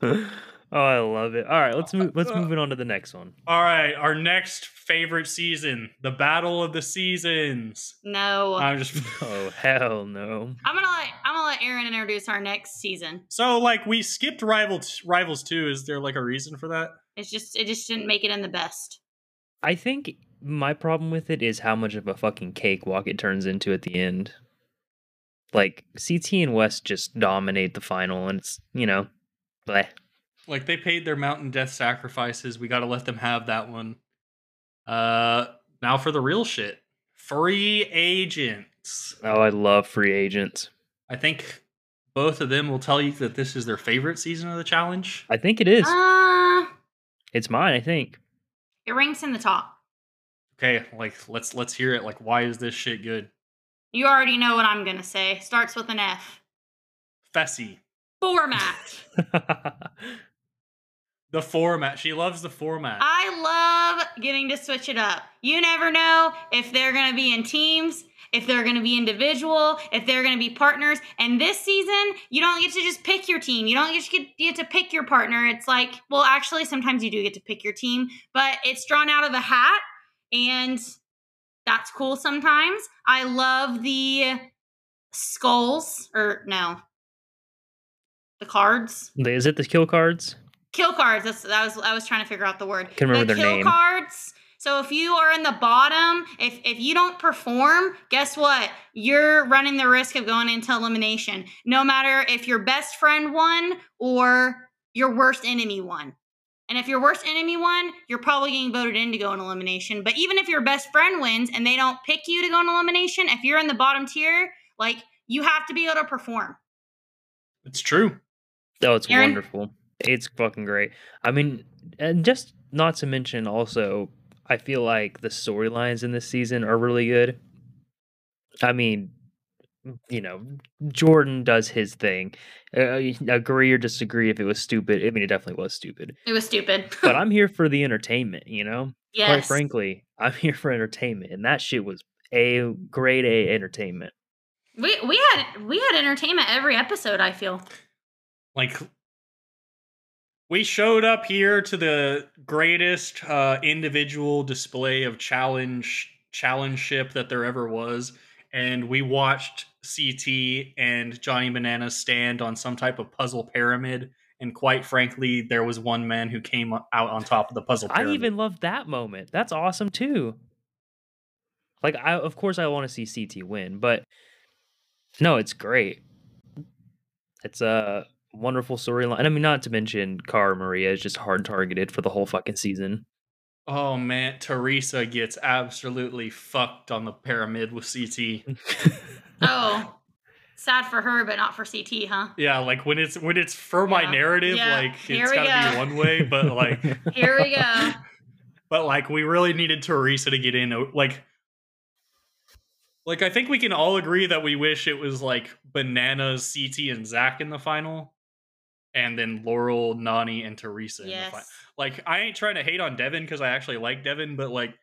oh, I love it. All right, let's move let's move it on to the next one.
All right, our next favorite season, the battle of the seasons.
no.
I'm just
Oh hell no.
I'm gonna let I'm gonna let Aaron introduce our next season.
so like we skipped rivals rivals too. Is there like a reason for that?
It's just it just didn't make it in the best.
I think my problem with it is how much of a fucking cakewalk it turns into at the end. Like CT and West just dominate the final and it's, you know, bleh.
like they paid their mountain death sacrifices. We got to let them have that one. Uh, now for the real shit. Free agents.
Oh, I love free agents.
I think both of them will tell you that this is their favorite season of the challenge.
I think it is.
Uh,
It's mine, I think.
it ranks in the top.
Okay, like let's let's hear it. Like why is this shit good?
You already know what I'm gonna say. Starts with an F.
Fessy.
Format.
The format. She loves the format.
I love getting to switch it up. You never know if they're going to be in teams, if they're going to be individual, if they're going to be partners. And this season, you don't get to just pick your team. You don't get to, get, get to pick your partner. It's like, well, actually, sometimes you do get to pick your team, but it's drawn out of a hat. And that's cool sometimes. I love the skulls, or no, the cards
Is it the kill cards?
kill cards. That's that was I was trying to figure out the word.
Couldn't remember
the
their
kill
name.
cards. So if you are in the bottom, if if you don't perform, guess what? You're running the risk of going into elimination. No matter if your best friend won or your worst enemy won. And if your worst enemy won, you're probably getting voted in to go in elimination. But even if your best friend wins and they don't pick you to go in elimination, if you're in the bottom tier, like you have to be able to perform.
it's true.
Oh, it's
Aaron?
wonderful. It's fucking great. I mean, and just not to mention also, I feel like the storylines in this season are really good. I mean, you know, Jordan does his thing. Uh, you can agree or disagree if it was stupid. I mean, it definitely was stupid.
It was stupid.
But I'm here for the entertainment, you know? Quite
yes.
frankly, I'm here for entertainment. And that shit was a grade A entertainment.
We we had we had entertainment every episode. I feel
Like we showed up here to the greatest uh, individual display of challenge challenge ship that there ever was, and we watched CT and Johnny Bananas stand on some type of puzzle pyramid. And quite frankly, there was one man who came out on top of the puzzle
I
pyramid.
even love that moment. That's awesome too. Like I of course I want to see CT win, but no, it's great. It's a wonderful storyline. I mean, not to mention Cara Maria is just hard targeted for the whole fucking season.
Oh man, Teresa gets absolutely fucked on the pyramid with CT.
oh, sad for her, but not for CT, huh?
Yeah, like when it's when it's for my
Yeah.
narrative,
Yeah.
like
Here
it's
we
gotta be
go.
one way, but like
Here we go.
but like we really needed Teresa to get in o- like like I think we can all agree that we wish it was like bananas, CT, and Zach in the final. And then Laurel, Nani, and Teresa in the final.
yes,
like I ain't trying to hate on Devin because I actually like Devin, but like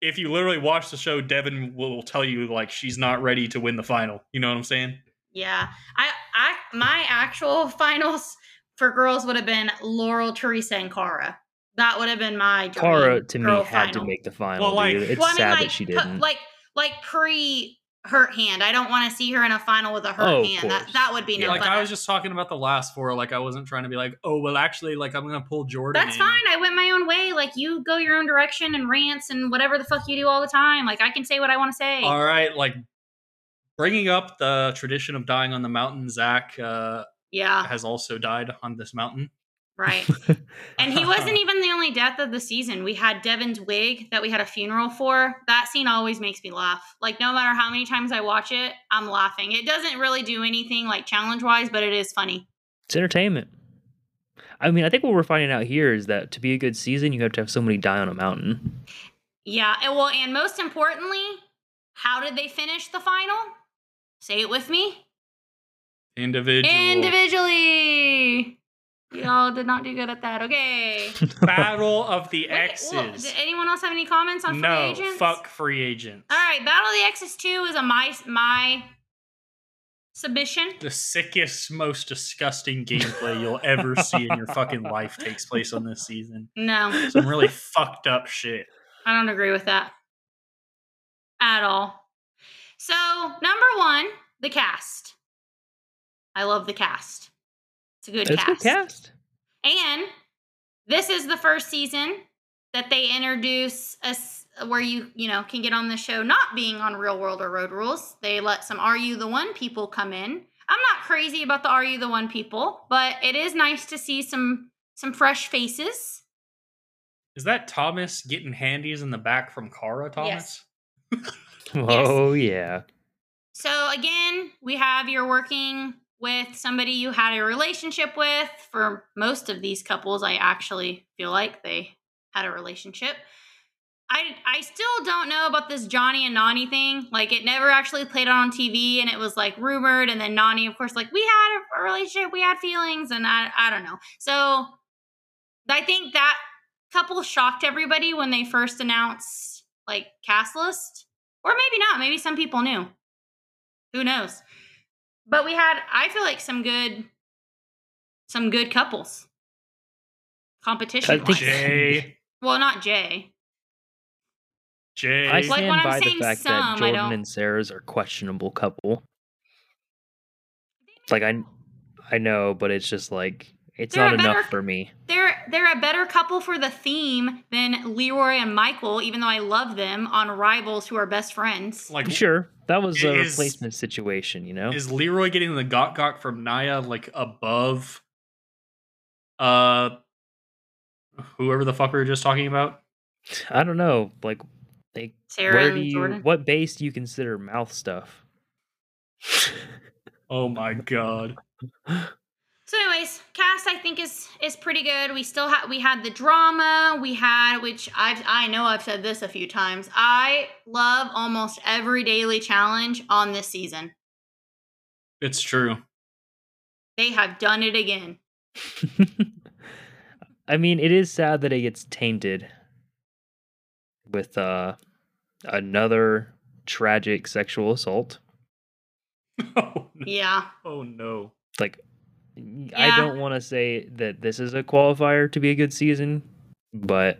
if you literally watch the show, Devin will tell you like she's not ready to win the final. You know what I'm saying?
yeah. I I my actual finals for girls would have been Laurel, Teresa, and Cara. That would have been my dream
Cara to me
girl
had
final.
to make the final.
Well, like-
dude. It's
Well, I mean,
sad
like
that she
pu-
didn't.
like like pre hurt hand. I don't want to see her in a final with a hurt
Oh, of
hand. That
course.
that would be no.
like
fun.
I was just talking about the last four. Like I wasn't trying to be like, oh well, actually, like I'm gonna pull Jordan.
That's
in.
fine. I went my own way. Like you go your own direction and rants and whatever the fuck you do all the time. Like I can say what I want to say.
All right, like bringing up the tradition of dying on the mountain. Zach uh,
yeah,
has also died on this mountain.
right. and he wasn't even the only death of the season. We had Devin's wig that we had a funeral for. That scene always makes me laugh. Like no matter how many times I watch it, I'm laughing. It doesn't really do anything like challenge wise, but it is funny.
It's entertainment. I mean, I think what we're finding out here is that to be a good season, you have to have somebody die on a mountain.
Yeah. And well, and most importantly, how did they finish the final? Say it with me.
Individual,
Individually. Y'all did not do good at that. Okay.
battle of the
Wait, well,
X's.
did anyone else have any comments on free
no,
agents?
fuck free agents.
All right, Battle of the X's two is a my my submission.
the sickest, most disgusting gameplay you'll ever see in your fucking life takes place on this season.
No,
Some really fucked up shit.
I don't agree with that at all. So number one, the cast. I love the cast. It's a good
It's good
cast.
cast.
And this is the first season that they introduce us where you you know can get on the show not being on Real World or Road Rules. They let some Are You the One people come in. I'm not crazy about the Are You the One people, but it is nice to see some some fresh faces.
Is that Thomas getting handies in the back from Kara Thomas?
Yes.
Oh yeah.
So again, we have you're working with somebody you had a relationship with. For most of these couples, I actually feel like they had a relationship. I I still don't know about this Johnny and Nani thing. Like it never actually played out on TV, and it was like rumored. And then Nani, of course, like we had a, a relationship, we had feelings, and I I don't know. So I think that couple shocked everybody when they first announced like cast list, or maybe not. Maybe some people knew. Who knows? But we had I feel like some good some good couples competition.
Jay,
Well, not Jay.
Jay.
I
Like,
stand
when I'm
by the
saying
fact
some, I
that Jordan
don't-
and Sarah's are a questionable couple. It's like I, I know, but it's just like it's
They're a
not enough
better-
for me.
They're they're a better couple for the theme than Leroy and Michael, even though I love them on Rivals, who are best friends.
like,
Sure, that was a
Is-
replacement situation, you know.
is Leroy getting the gok gok from Naya like above, uh, whoever the fuck we were just talking about?
I don't know, like
Sarah
where
and
do you,
Jordan.
what base do you consider mouth stuff?
Oh my god.
So, anyways, cast I think is is pretty good. We still had we had the drama. We had which I've I know I've said this a few times. I love almost every daily challenge on this season.
It's true.
They have done it again.
I mean, it is sad that it gets tainted with uh, another tragic sexual assault.
Oh no.
Yeah.
Oh, no.
Like, I
Yeah.
don't want to say that this is a qualifier to be a good season, but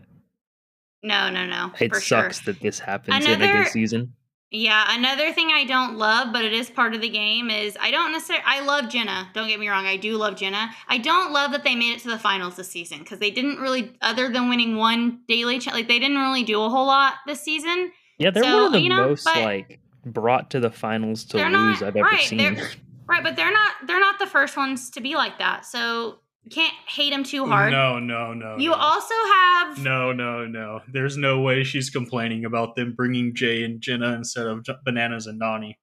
No, no, no.
it
for sure.
sucks that this happens in a
Another-
good season.
Yeah, another thing I don't love, but it is part of the game, is I don't necessarily. I love Jenna. Don't get me wrong. I do love Jenna. I don't love that they made it to the finals this season because they didn't really, other than winning one daily, cha- like they didn't really do a whole lot this season.
Yeah, they're one
So,
of the
you know,
most
but-
like brought to the finals to
They're
lose
not-
I've ever
right,
seen.
they're- Right, but they're not. They're not the first ones to be like that. So you can't hate them too hard.
No, no, no.
you
no.
also have
No, no, no. There's no way she's complaining about them bringing Jay and Jenna instead of J- Bananas and Nani.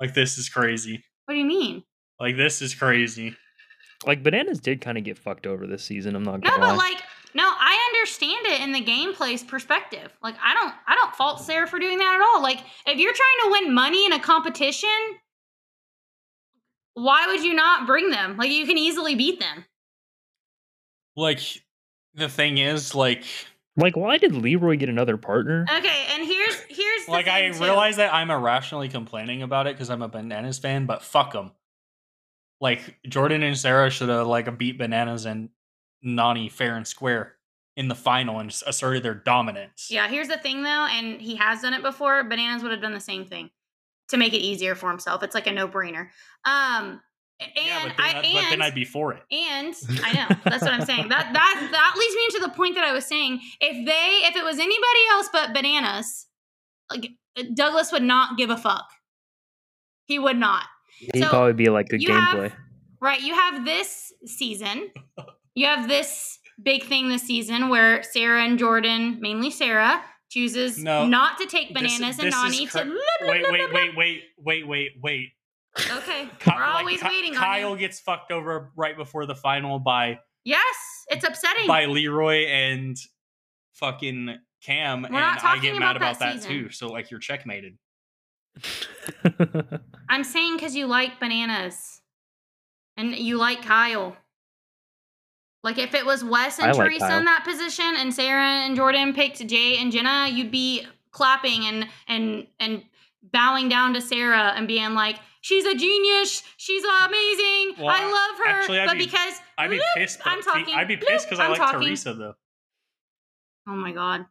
Like this is crazy.
What do you mean?
Like this is crazy.
Like bananas did kind of get fucked over this season. I'm not
No,
gonna
but
lie.
like, no, I understand it in the gameplay's perspective. Like, I don't, I don't fault Sarah for doing that at all. Like, if you're trying to win money in a competition, why would you not bring them? Like, you can easily beat them.
Like the thing is, like,
like, why did Leroy get another partner?
Okay, and here's here's the
like I
thing, too.
realize that I'm irrationally complaining about it because I'm a Bananas fan, but fuck them. Like Jordan and Sarah should have like beat Bananas and Nani fair and square in the final and s- asserted their dominance.
Yeah, here's the thing though, and he has done it before. Bananas would have done the same thing to make it easier for himself. It's like a no brainer. Um, and
yeah but, then
I,
I,
and
but then I'd be for it.
And I know that's what I'm saying. That that that leads me into the point that I was saying. If they, if it was anybody else but bananas, like Douglas would not give a fuck. He would not.
He'd
So,
probably be like good
you have-
gameplay.
Right? You have this season. You have this big thing this season where Sarah and Jordan, mainly Sarah, chooses
No.
not to take
This- this
bananas and
is
Nani
cor-
to.
Wait, wait, wait, wait, wait, wait, wait.
Okay,
Ky-
we're
like,
always
Ky-
waiting on
Kyle
you.
gets fucked over right before the final by
Yes, it's upsetting.
by Leroy and fucking Cam, and
not
I get
talking
mad
about
about
that
that,
season.
too. So like you're checkmated.
I'm saying because you like bananas, and you like Kyle. Like if it was Wes and
I like
Teresa
Kyle.
in that position, and Sarah and Jordan picked Jay and Jenna, you'd be clapping and and and bowing down to Sarah and being like, "She's a genius. She's amazing.
Well,
I love her."
actually, I'd
but
be-
because
I'd be
Bloop,
pissed.
I'm
but- see,
talking.
I'd be pissed
Bloop,
because I
I'm
like
talking.
Teresa though.
oh my god,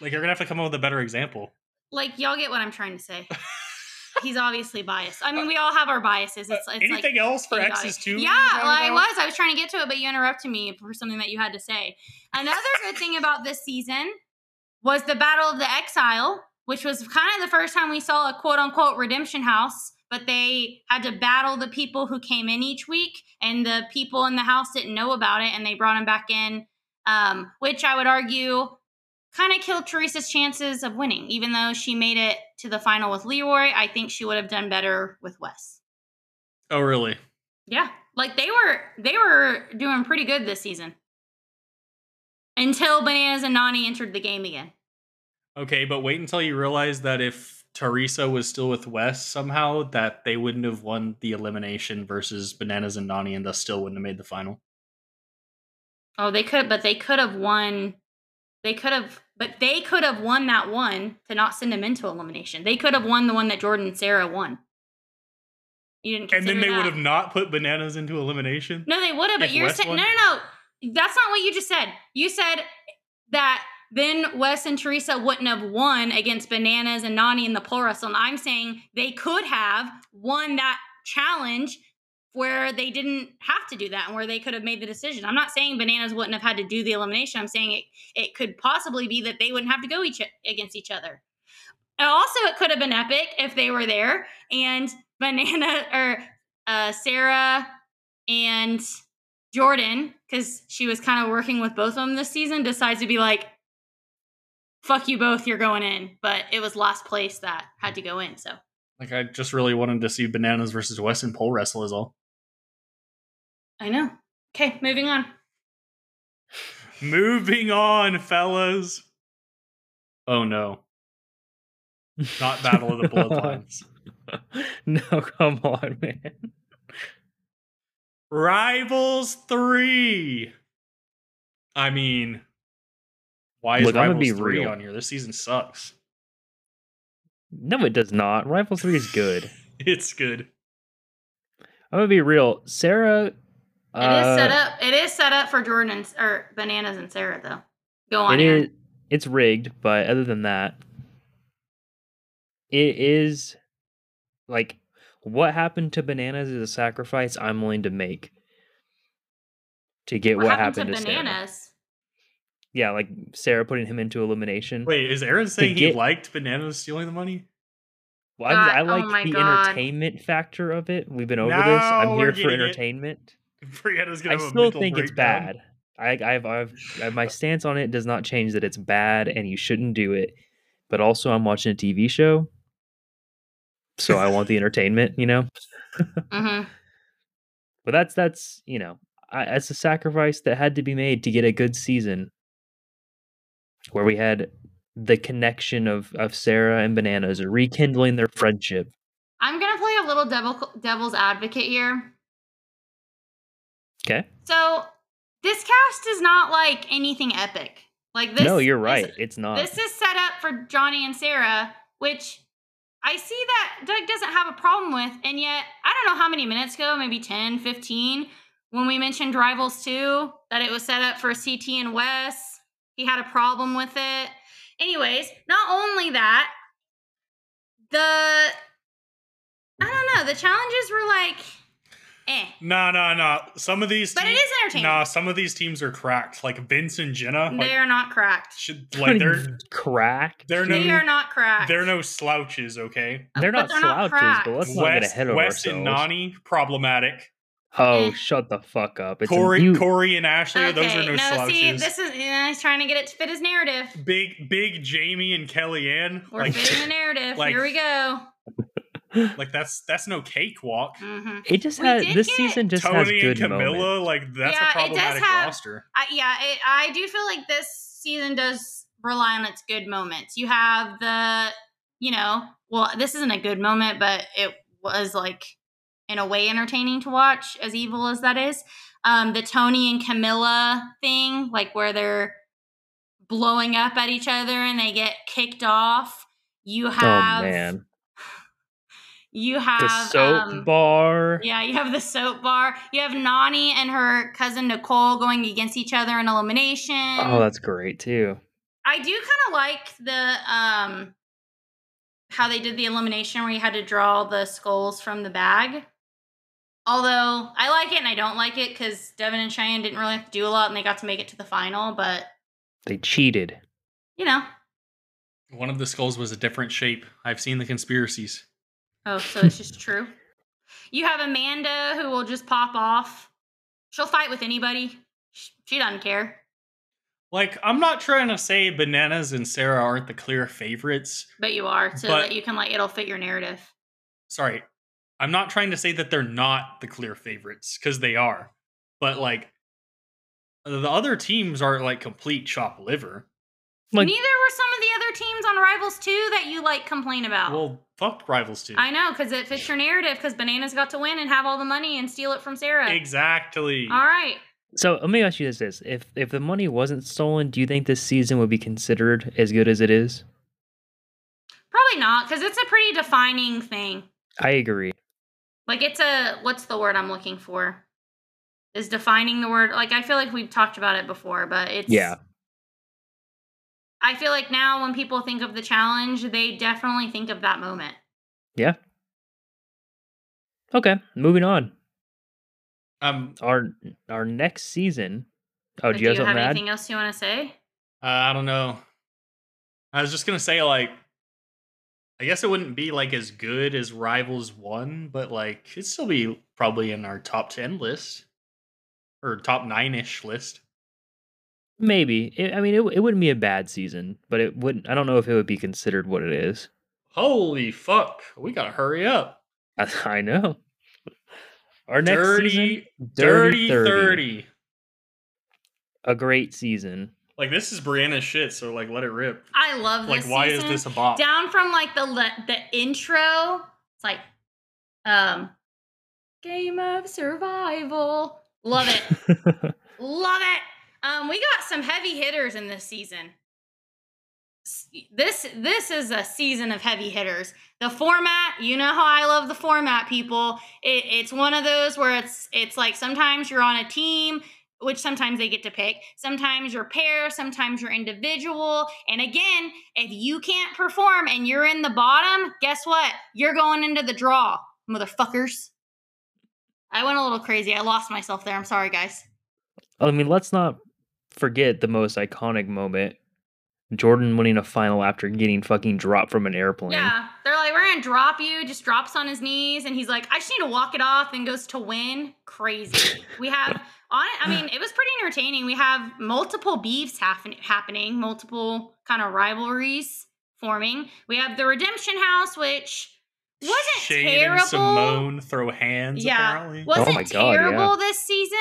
Like you're gonna have to come up with a better example.
like y'all get what I'm trying to say. He's obviously biased.
Uh,
I mean, we all have our biases. It's, it's like
Anything else for
You got
X's
it.
two?
Yeah, well, I was. I was trying to get to it, but you interrupted me for something that you had to say. Another good thing about this season was the Battle of the Exile, which was kind of the first time we saw a quote unquote redemption house, but they had to battle the people who came in each week, and the people in the house didn't know about it, and they brought them back in, um, which I would argue kind of killed Teresa's chances of winning. Even though she made it to the final with Leroy, I think she would have done better with Wes.
Oh really?
Yeah, like they were they were doing pretty good this season until Bananas and Nani entered the game again.
Okay, but wait until you realize that if Teresa was still with West somehow, that they wouldn't have won the elimination versus Bananas and Nani, and thus still wouldn't have made the final.
Oh, they could, but they could have won. They could have, but they could have won that one to not send them into elimination. They could have won the one that Jordan and Sarah won. You didn't.
And then
consider
they would
that.
have not put Bananas into elimination.
No, they would have. But
If
you're
Wes
saying
won?
no, no, no. That's not what you just said. You said that then Wes and Teresa wouldn't have won against Bananas and Nani in the pole wrestle. And I'm saying they could have won that challenge where they didn't have to do that and where they could have made the decision. I'm not saying Bananas wouldn't have had to do the elimination. I'm saying it it could possibly be that they wouldn't have to go each against each other. And also, it could have been epic if they were there and Banana or uh, Sarah and Jordan, because she was kind of working with both of them this season, decides to be like, "Fuck you both, you're going in." But it was last place that had to go in. So
Like I just really wanted to see Bananas versus West and pole wrestle is all.
I know. Okay, moving on.
Moving on, fellas. Oh no, not Battle of the Bloodlines.
no, come on, man.
Rivals three. I mean, why is
Look, I'm gonna
Rivals
be
three
real.
on here? This season sucks.
No, it does not. Rifle three is good.
It's good.
I'm gonna be real. Sarah. uh,
It is set up. It is set up for Jordan and, or Bananas and Sarah though. Go on.
It
Aaron.
is. It's rigged, but other than that, it is like what happened to bananas is a sacrifice I'm willing to make to get what, happened, to, Sarah.
Bananas?
Yeah, like Sarah putting him into elimination.
Wait, is Aaron saying he
get-
liked Bananas stealing the money?
Well, I, I
God, oh
like
my
the
God.
entertainment factor of it. We've been over this.
Now
I'm
we're
here for
getting it.
entertainment.
Brianna's gonna
I
have a
still
mental
think it's
breakdown.
bad. I, I've, I've, I- my stance on it does not change that it's bad and you shouldn't do it. But also, I'm watching a TV show, so I want the entertainment, you know.
hmm
But that's that's you know, I, that's a sacrifice that had to be made to get a good season, where we had the connection of of Sarah and Bananas rekindling their friendship.
I'm gonna play a little devil devil's advocate here.
Okay,
So this cast is not like anything epic. Like this.
no, you're
this-
right. it's not.
This is set up for Johnny and Sarah, which I see that Doug doesn't have a problem with. And yet, I don't know how many minutes ago, maybe 10, 15, when we mentioned Rivals 2, that it was set up for CT and Wes. He had a problem with it. Anyways, not only that, the. I don't know. The challenges were like, eh.
Nah, nah, nah. Some of these,
But it
teams,
is entertaining.
nah, some of these teams are cracked. Like Vince and Jenna,
they
like,
are not cracked.
should, like they're
cracked.
they're no-
They are not cracked.
they're no slouches. Okay,
They're
but
not
they're not
slouches, but
cracked.
let's not get
West,
ahead of
West
ourselves.
and Nani problematic.
Oh,
Eh.
shut the fuck up! It's
Corey,
you-
Corey and Ashley, those are no, slouches.
see, this is yeah, he's trying to get it to fit his narrative.
big, big Jamie and Kellyanne.
We're
Like,
fitting the narrative.
like-
Here we go.
like that's that's no cakewalk.
Mhm.
It just
We
has
did
this
get-
season just has
Tony and
good
Camilla,
moments.
like that's
Yeah,
a
it does
problematic
have-
roster.
I, yeah, it, I do feel like this season does rely on its good moments. You have the, you know, well, this isn't a good moment, but it was like in a way entertaining to watch, as evil as that is. Um, the Tony and Camilla thing, like where they're blowing up at each other and they get kicked off. You have
oh man,
you
the
have
soap
um,
bar.
Yeah, you have the soap bar. You have Nani and her cousin Nicole going against each other in elimination.
Oh, that's great too.
I do kind of like the um how they did the elimination where you had to draw the skulls from the bag. Although I like it and I don't like it because Devin and Cheyenne didn't really have to do a lot and they got to make it to the final, but
They cheated.
you know.
One of the skulls was a different shape. I've seen the conspiracies.
Oh, so it's just true. You have Amanda who will just pop off. She'll fight with anybody. Sh- She doesn't care.
Like, I'm not trying to say Bananas and Sarah aren't the clear favorites.
But you are, so
But-
that you can like it'll fit your narrative.
Sorry, I'm not trying to say that they're not the clear favorites because they are. But like, the other teams are like complete chop liver.
Like-
Neither were some of the other teams on Rivals 2 that you like complain about.
Well, fuck Rivals 2.
Oh. I know, because it fits your narrative, because Bananas got to win and have all the money and steal it from Sarah.
Exactly.
All right.
So let me ask you this: this if if the money wasn't stolen, do you think this season would be considered as good as it is?
Probably not, because it's a pretty defining thing.
I agree.
Like, it's a what's the word I'm looking for? Is defining the word. Like, I feel like we've talked about it before, but it's.
Yeah.
I feel like now when people think of the challenge, they definitely think of that moment.
Okay, moving on.
Um,
Our our next season. Oh,
But
do you have
do you
something
have
to add?
anything else you want to say?
uh, I don't know. I was just gonna say like, I guess it wouldn't be like as good as Rivals One, but like it'd still be probably in our top ten list or top nine ish list.
Maybe. It, I mean, it, it wouldn't be a bad season, but it wouldn't. I don't know if it would be considered what it is.
Holy fuck! We gotta hurry up.
I, I know. Our next
dirty,
season,
dirty, 30.
a great season.
Like this is Brianna's shit, so like let it rip.
I love this.
Like why
season.
is this a bop?
down from like the le- the intro it's like um game of survival love it love it um we got some heavy hitters in this season S- this this is a season of heavy hitters the format you know how i love the format people it, it's one of those where it's it's like sometimes you're on a team which sometimes they get to pick sometimes you're pair sometimes you're individual and again if you can't perform and you're in the bottom guess what you're going into the draw motherfuckers i went a little crazy i lost myself there i'm sorry guys
I mean, let's not forget the most iconic moment Jordan winning a final after getting fucking dropped from an airplane.
Yeah, they're like, we're gonna drop you. Just drops on his knees, and he's like, I just need to walk it off, and goes to win. Crazy. we have on. I mean, it was pretty entertaining. We have multiple beefs happen, happening, multiple kind of rivalries forming. We have the Redemption House, which wasn't
Shane
terrible. Oh
and Simone throw hands.
Yeah.
Apparently.
wasn't
my God, yeah.
terrible this season.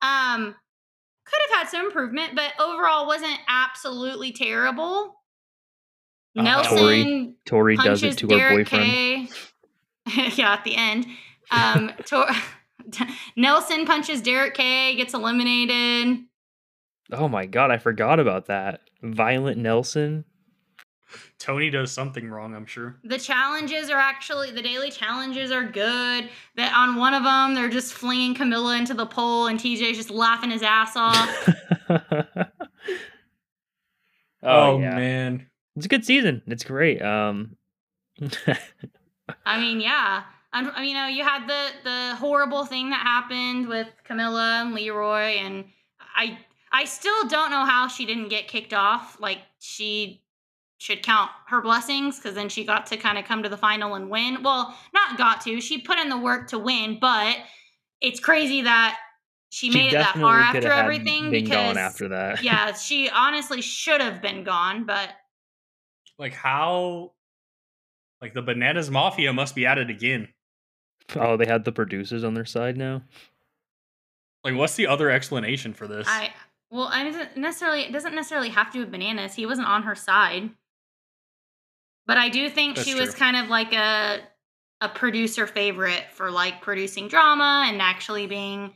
Um, could have had some improvement, but overall wasn't absolutely terrible.
Uh,
Nelson
Tori- Tori does it to her boyfriend.
K. yeah, at the end. Um, Tor- Nelson punches Derek K, gets eliminated.
Oh my god, I forgot about that. Violent Nelson.
Tony does something wrong. I'm sure.
The challenges are actually the daily challenges are good. That on one of them, they're just flinging Camilla into the pole, and TJ's just laughing his ass off.
oh, yeah.
Oh, man.
It's a good season. It's great. Um
I mean, yeah. Un- I mean, you know, you had the the horrible thing that happened with Camilla and Leroy, and I I still don't know how she didn't get kicked off. Like she should count her blessings because then she got to kind of come to the final and win. Well, not got to. She put in the work to win, but it's crazy that she,
she
made it that
definitely
far
could
after
have had
everything
been
because
gone after that.
yeah, she honestly should have been gone, but
Like how like the bananas mafia must be at it again.
Oh, they had the producers on their side now.
Like what's the other explanation for this?
I well, I doesn't necessarily it doesn't necessarily have to with bananas. He wasn't on her side, but I do think
That's
she was
true.
kind of like a a producer favorite for like producing drama and actually being,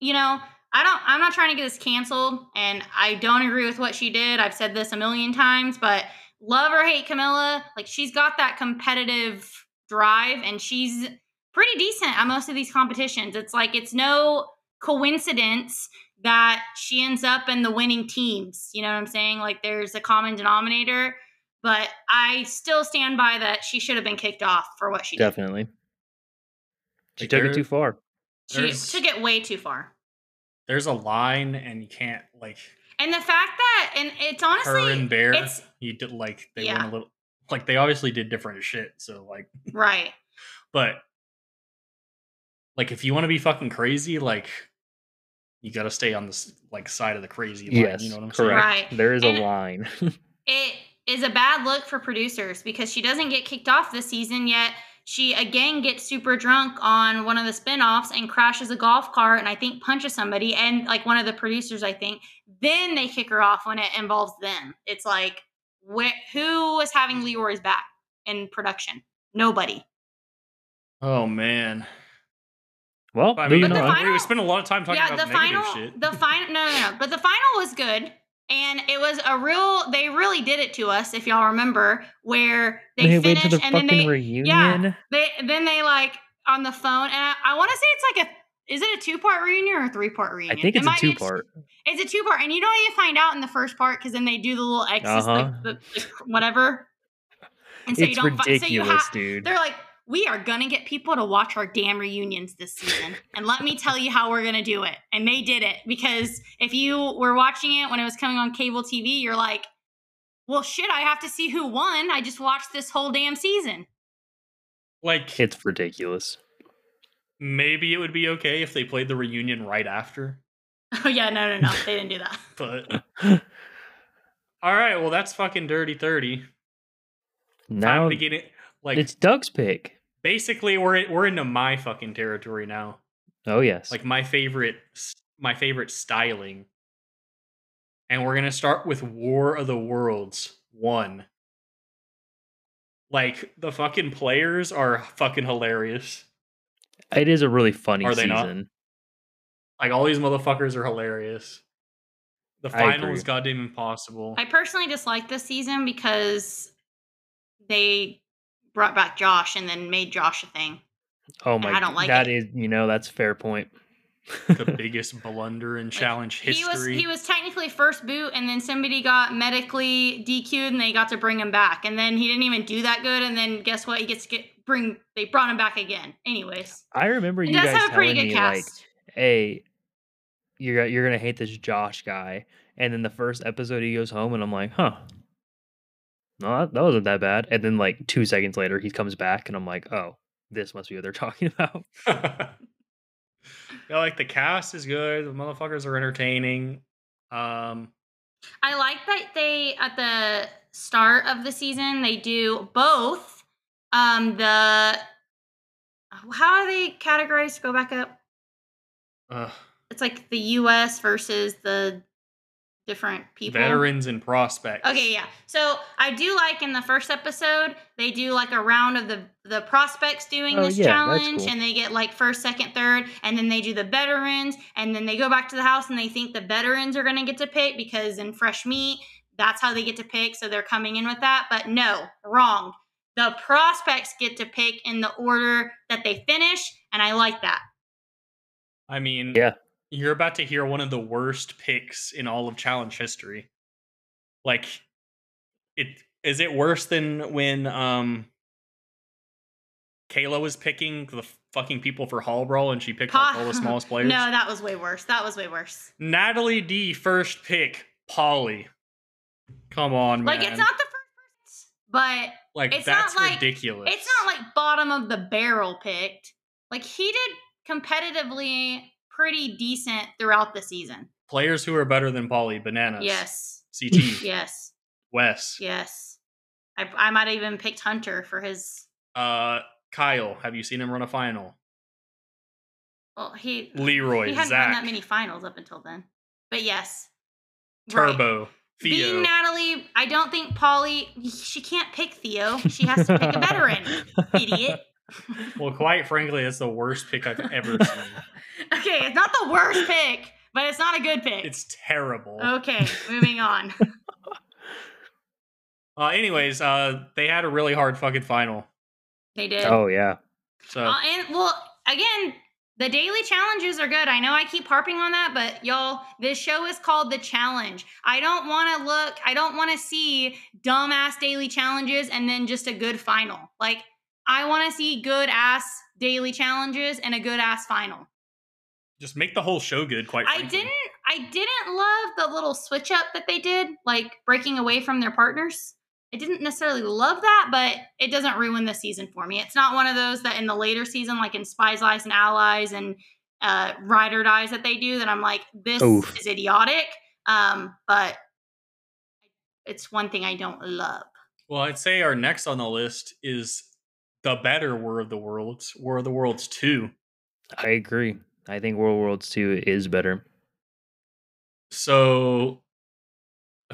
you know, I don't. I'm not trying to get this canceled, and I don't agree with what she did. I've said this a million times, but love or hate Camilla, like she's got that competitive drive, and she's pretty decent at most of these competitions. It's like it's no coincidence that she ends up in the winning teams. You know what I'm saying? Like there's a common denominator, but I still stand by that she should have been kicked off for what she did.
Definitely. She
Like,
took
there-
it too far.
She
There's-
took it way too far.
There's a line and you can't like
And the fact that, and it's honestly,
her and Bear
it's-
you did like they
Yeah.
went a little like they obviously did different shit, so like
right?
but like if you want to be fucking crazy, like you gotta stay on this like side of the crazy line.
Yes,
you know what I'm
correct.
Right.
There is
And-
a line.
it is a bad look for producers because she doesn't get kicked off this season yet she again gets super drunk on one of the spin-offs and crashes a golf cart and i think punches somebody and like one of the producers i think Then they kick her off when it involves them. It's like wh- who was having Leroy's back in production? Nobody.
Oh man.
Well,
I mean,
moving
But the
on.
final-
we spent a lot of time talking about
the
negative
final,
shit.
the final, no, no, no. But the final was good, and it was a real. They really did it to us, if y'all remember, where they,
wait
finished
to the
and
fucking
then they,
reunion.
they, then they like on the phone, and I, I want to say it's like a. Is it a two part reunion or a three part
I
reunion?
think
It
it's a
might be
two part.
It's a two part, and you don't even find out in the first part because then they do the little X's,
Uh-huh.
like the, the cr- whatever. And so
It's
you don't. Fi- so you
ridiculous,
have.
dude.
They're like, we are gonna get people to watch our damn reunions this season, and let me tell you how we're gonna do it. And they did it because if you were watching it when it was coming on cable TV, you're like, well, shit, I have to see who won. I just watched this whole damn season.
Like
It's ridiculous.
maybe it would be okay if they played the reunion right after.
Oh yeah, no, no, no, they didn't do that.
But all right, well that's fucking dirty thirty. Time
Now
to get it. Like
it's Doug's pick.
basically we're we're into my fucking territory now.
Oh yes.
Like my favorite s- my favorite styling. And we're gonna start with War of the Worlds one. Like the fucking players are fucking hilarious.
it is a really funny
Are they not?
season.
Like all these motherfuckers are hilarious. The
I
final
agree.
is goddamn impossible.
I personally dislike this season because they brought back Josh and then made Josh a thing.
Oh my!
I don't like
that
it.
is- you know that's a fair point.
the biggest blunder in challenge
He was
history.
he was technically first boot, and then somebody got medically DQ'd, and they got to bring him back. And then he didn't even do that good. And then guess what? He gets to get bring. They brought him back again. Anyways,
I remember
he
you
does
guys
have a pretty
telling
good
me like,
cast.
"Hey, you're you're gonna hate this Josh guy," and then the first episode he goes home, and I'm like, "Huh." No, that- that wasn't that bad. And then, like two seconds later, he comes back, and I'm like, "Oh, this must be what they're talking about."
yeah, like the cast is good. The motherfuckers are entertaining. Um,
I like that they at the start of the season they do both. Um, the how are they categorized? Go back up.
uh,
it's like the U.S. versus the different people.
veterans and prospects.
Okay, yeah. So I do like in the first episode they do like a round of the the prospects doing
Oh,
this
yeah, that's
challenge,
cool.
and they get like first, second, third, and then they do the veterans, and then they go back to the house and they think the veterans are gonna get to pick because in fresh meat that's how they get to pick, so they're coming in with that. But no, wrong. The prospects get to pick in the order that they finish, and I like that.
I mean,
Yeah.
you're about to hear one of the worst picks in all of challenge history. Like, it is it worse than when um Kayla was picking the fucking people for Hall Brawl and she picked like, all the smallest players?
No, that was way worse. That was way worse.
Natalie D first pick, Polly. Come on, man.
Like it's not the first person,
like
it's not
that's
like-
ridiculous.
but it's not like bottom of the barrel picked. Like he did competitively pretty decent throughout the season.
players who are better than Polly Bananas.
Yes.
CT
Yes.
Wes.
Yes. I, I might have even picked Hunter for his
Uh, Kyle. Have you seen him run a final?
well he
Leroy.
he hadn't won that
Zach.
many finals up until then. But yes. Right.
Turbo. Theo.
Being Natalie, I don't think Polly she can't pick Theo. She has to pick a veteran. idiot.
well, quite frankly, that's the worst pick I've ever seen.
Okay, it's not the worst pick, but it's not a good pick.
It's terrible.
Okay, moving on.
Uh, anyways, uh, they had a really hard fucking final.
They did.
oh yeah,
So
Uh, and well, again, the daily challenges are good. I know I keep harping on that, but y'all, this show is called The Challenge. I don't want to look, I don't want to see dumbass daily challenges and then just a good final. Like, I want to see good ass daily challenges and a good ass final.
just make the whole show good. Quite.
I
frankly.
didn't I didn't love the little switch up that they did, like breaking away from their partners. I didn't necessarily love that, but it doesn't ruin the season for me. It's not one of those that in the later season, like in Spies, Lies, and Allies and uh, Ride or Dies that they do, that I'm like, this
Oof.
is idiotic. Um, but it's one thing I don't love.
Well, I'd say our next on the list is the better War of the Worlds. War of the Worlds two.
I agree. I think World Worlds Two is better.
So,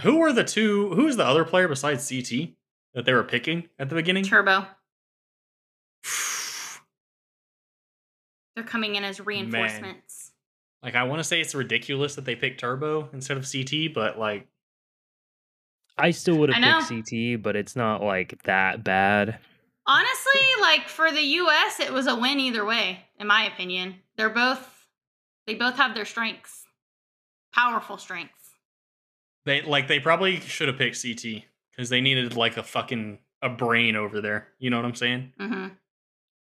who were the two? Who's the other player besides CT that they were picking at the beginning?
Turbo. They're coming in as reinforcements.
Like, I want to say it's ridiculous that they picked Turbo instead of CT, but like,
I still would
I
have picked CT, but it's not like that bad.
Honestly, like for the US, it was a win either way, in my opinion. They're both they both have their strengths. Powerful strengths.
they like they probably should have picked CT because they needed like a fucking a brain over there. You know what I'm saying?
hmm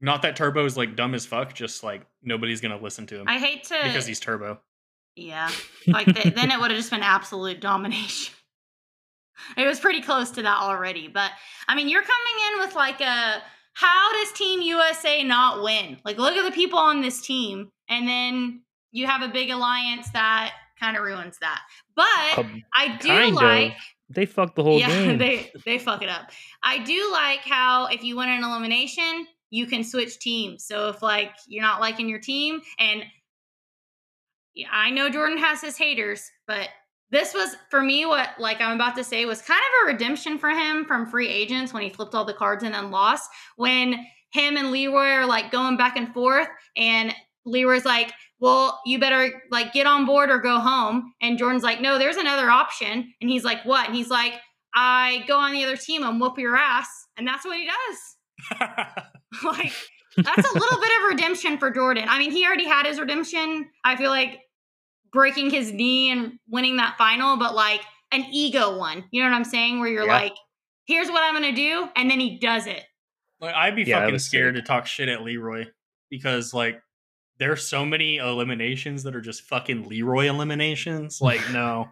Not that Turbo is like dumb as fuck, just like nobody's gonna listen to him
I hate to
because he's Turbo.
Yeah. Like th- then it would have just been absolute domination. It was pretty close to that already, but I mean, you're coming in with like a how does Team USA not win? Like look at the people on this team and then you have a big alliance that kind of ruins that. But
Um,
I do
kind
like
of. They fucked the whole
Eh. yeah,
game.
they they fuck it up. I do like how if you win an elimination, you can switch teams. So if like you're not liking your team, and yeah, I know Jordan has his haters, but this was for me what like I'm about to say was kind of a redemption for him from free agents when he flipped all the cards and then lost. When him and Leroy are like going back and forth, and Leroy's like, well, you better like get on board or go home. And Jordan's like, no, there's another option. And he's like, what? And he's like, I go on the other team and whoop your ass. And that's what he does. like, that's a little bit of redemption for Jordan. I mean, he already had his redemption. I feel like breaking his knee and winning that final, but like an ego one. You know what I'm saying? Where you're
Yeah.
like, here's what I'm going to do. And then he does it.
Like I'd be
Yeah, that
fucking
was
scared to talk shit at Leroy because like there's so many eliminations that are just fucking Leroy eliminations. Like, no,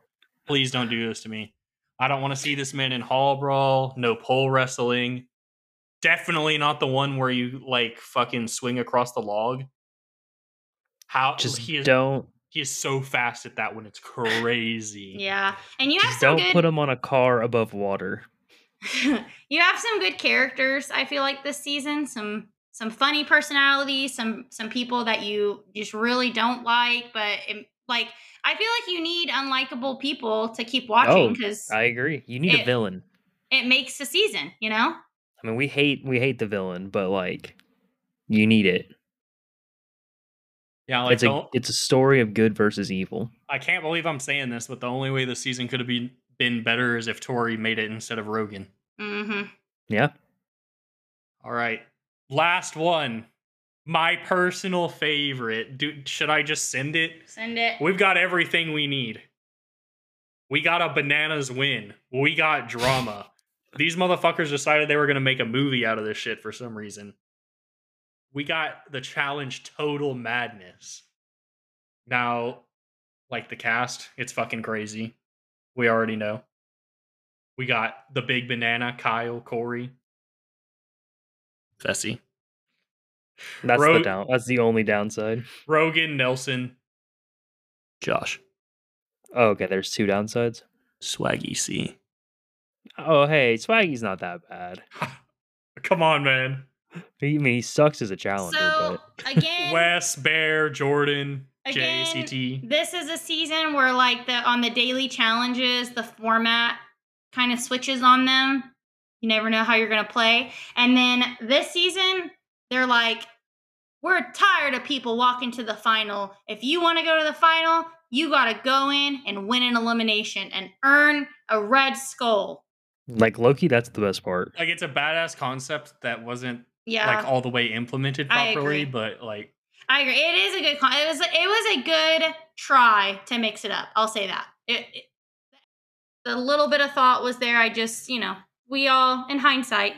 please don't do this to me. I don't want to see this man in hall brawl, no pole wrestling. Definitely not the one where you like fucking swing across the log. How
Just
Oh, he is
don't
he is so fast at that one, it's crazy.
Yeah. And you have
Mm. just
some
don't
good
put them on a car above water.
you have some good characters i feel like this season some some funny personalities some some people that you just really don't like but it, like i feel like you need unlikable people to keep watching
Oh,
because
I agree. You need
It-
a villain.
it makes the season you know
I mean, we hate we hate the villain, but like, you need it.
Yeah, like
it's a
don't
it's a story of good versus evil.
I can't believe I'm saying this, but the only way the season could have been been better is if Tori made it instead of Rogan.
mm-hmm.
Yeah.
All right. Last one. My personal favorite. Dude, should I just send it?
send it
We've got everything we need. We got a bananas win. We got drama. These motherfuckers decided they were going to make a movie out of this shit for some reason. We got the challenge Total Madness. Now, like the cast, it's fucking crazy. We already know. We got the big banana, Kyle, Corey, Fessy,
That's
Ro-
the down. That's the only downside.
Rogan, Nelson, Josh,
Oh, okay, there's two downsides.
Swaggy C.
Oh, hey, Swaggy's not that bad.
Come on, man.
He, I mean, he sucks as a challenger,
so
but
again
Wes, Bear, Jordan,
Again,
JCT.
this is a season where like the on the daily challenges the format kind of switches on them you never know how you're going to play and then this season they're like we're tired of people walking to the final if you want to go to the final you got to go in and win an elimination and earn a red skull
like Loki, that's the best part.
Like it's a badass concept that wasn't
yeah
like all the way implemented
I
properly,
agree.
but like
I agree. It is a good. Con- it was. It was a good try to mix it up. I'll say that. It, it, the little bit of thought was there. I just, you know, we all, in hindsight,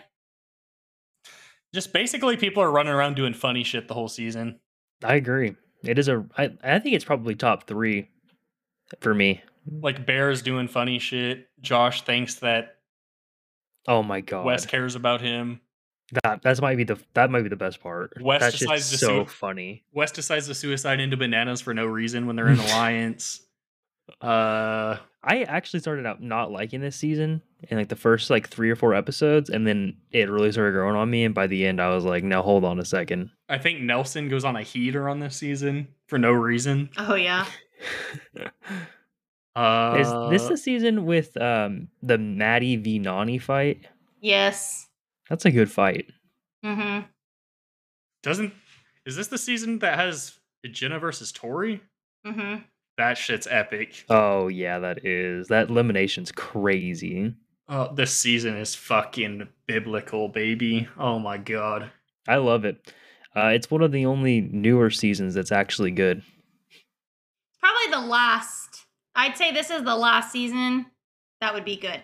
just basically people are running around doing funny shit the whole season.
I agree. It is a. I, I think it's probably top three for me.
Like Bear's doing funny shit. Josh thinks that
Oh my god,
Wes cares about him.
that that might be the that might be the best part.
Wes
that's
decides to
just so
sue-
funny.
Wes decides to suicide into bananas for no reason when they're in alliance. Uh
I actually started out not liking this season in like the first like three or four episodes, and then it really started growing on me. And by the end, I was like, "No, hold on a second.
I think Nelson goes on a heater on this season for no reason.
oh yeah,
Uh,
Is this the season with um the Maddie v Nani fight?
Yes.
That's a good fight.
Mm-hmm.
doesn't is this the season that has Jenna versus Tori?
Mm-hmm.
That shit's epic.
Oh yeah, that is that elimination's crazy.
Oh, this season is fucking biblical, baby. Oh my god.
I love it. Uh, it's one of the only newer seasons that's actually good.
Probably the last. I'd say this is the last season that would be good.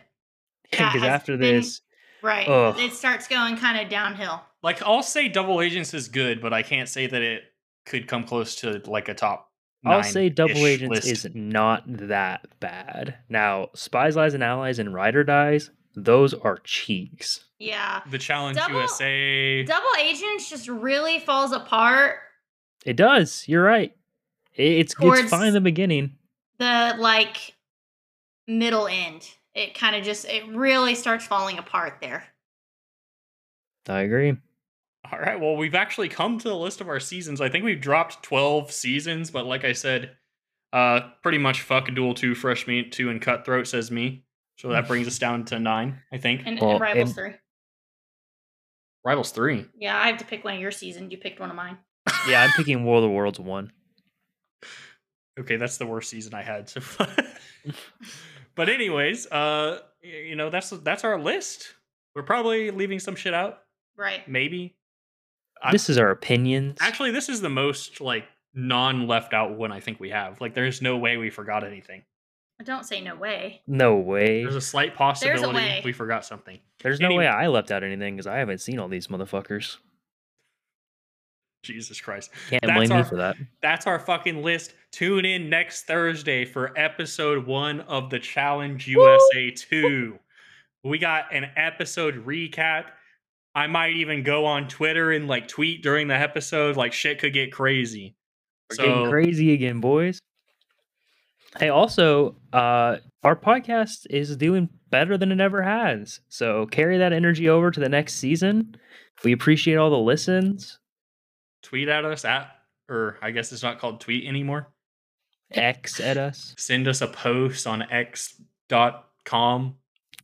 Yeah,
Because
I
after
think-
this,
Right.
Ugh.
It starts going kind of downhill.
Like I'll say Double Agents is good, but I can't say that it could come close to like a top.
I'll say Double
nine-ish
Agents
list.
is not that bad. Now, Spies, Lies, and Allies and Rider Dies, those are cheeks.
Yeah.
the Challenge
Double-
USA.
Double agents just really falls apart.
It does. You're right. It- It's
Towards-
it's fine in the beginning.
The like middle end. It kind of just it really starts falling apart there.
I agree.
All right. Well, we've actually come to the list of our seasons. I think we've dropped 12 seasons, but like I said, uh, pretty much fuck Duel 2, Fresh Meat 2, and Cutthroat, says me. So that brings us down to nine, I think.
And,
Well,
and Rivals
and-
3.
Rivals 3.
Yeah, I have to pick one of your seasons. You picked one of mine.
Yeah, I'm picking War of the Worlds one.
Okay, that's the worst season I had so far. but anyways, uh, y- you know that's that's our list. We're probably leaving some shit out,
Right.
maybe. I-
this is our opinions.
Actually, this is the most like non left out one I think we have. Like, there's no way we forgot anything.
Don't say no way.
no way.
There's a
There's,
slight
a
possibility
way.
we forgot something.
no
anyway-
way I left out anything because I haven't seen all these motherfuckers.
Jesus Christ.
Can't
That's
blame
our-
me for that.
That's our fucking list. Tune in next Thursday for episode one of the Challenge
Woo!
USA 2. We got an episode recap. I might even go on Twitter and like tweet during the episode. Like shit could get crazy.
We're
So-
getting crazy again, boys. Hey, also, uh, our podcast is doing better than it ever has. So carry that energy over to the next season. We appreciate all the listens.
Tweet at us at, or I guess it's not called tweet anymore.
X at us.
Send us a post on x.com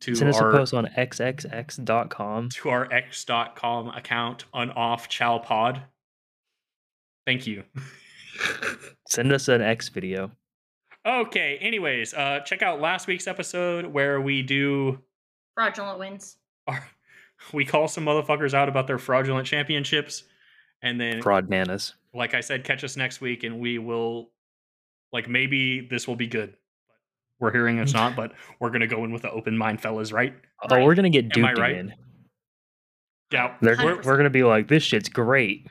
to
Send us a
our
post on xxx.com.
to our x.com account on off chow pod. Thank you.
Send us an X video.
Okay, anyways, uh check out last week's episode where we do
Fraudulent wins.
our we call some motherfuckers out about their fraudulent championships and then
Fraud Nanas.
like I said catch us next week and we will like maybe this will be good. We're hearing it's not, but we're going to go in with an open mind fellas, right?
Oh, we're going to get
Am I
duped
right?
again.
Yeah.
They're,
Hundred
we're
percent.
going to be like, this shit's great.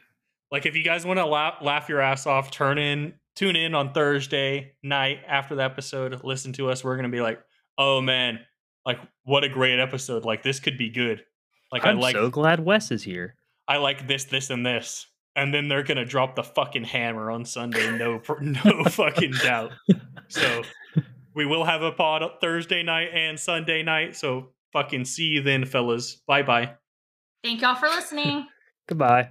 Like if you guys want to laugh, laugh your ass off, turn in, tune in on Thursday night after the episode. Listen to us. We're gonna be like, oh man, like what a great episode. Like this could be good. Like i
I'm
like
so glad Wes is here.
I like this, this, and this. And then they're gonna drop the fucking hammer on Sunday. No, pr- no fucking doubt. So we will have a pod Thursday night and Sunday night. So fucking see you then, fellas. Bye bye.
Thank y'all for listening.
Goodbye.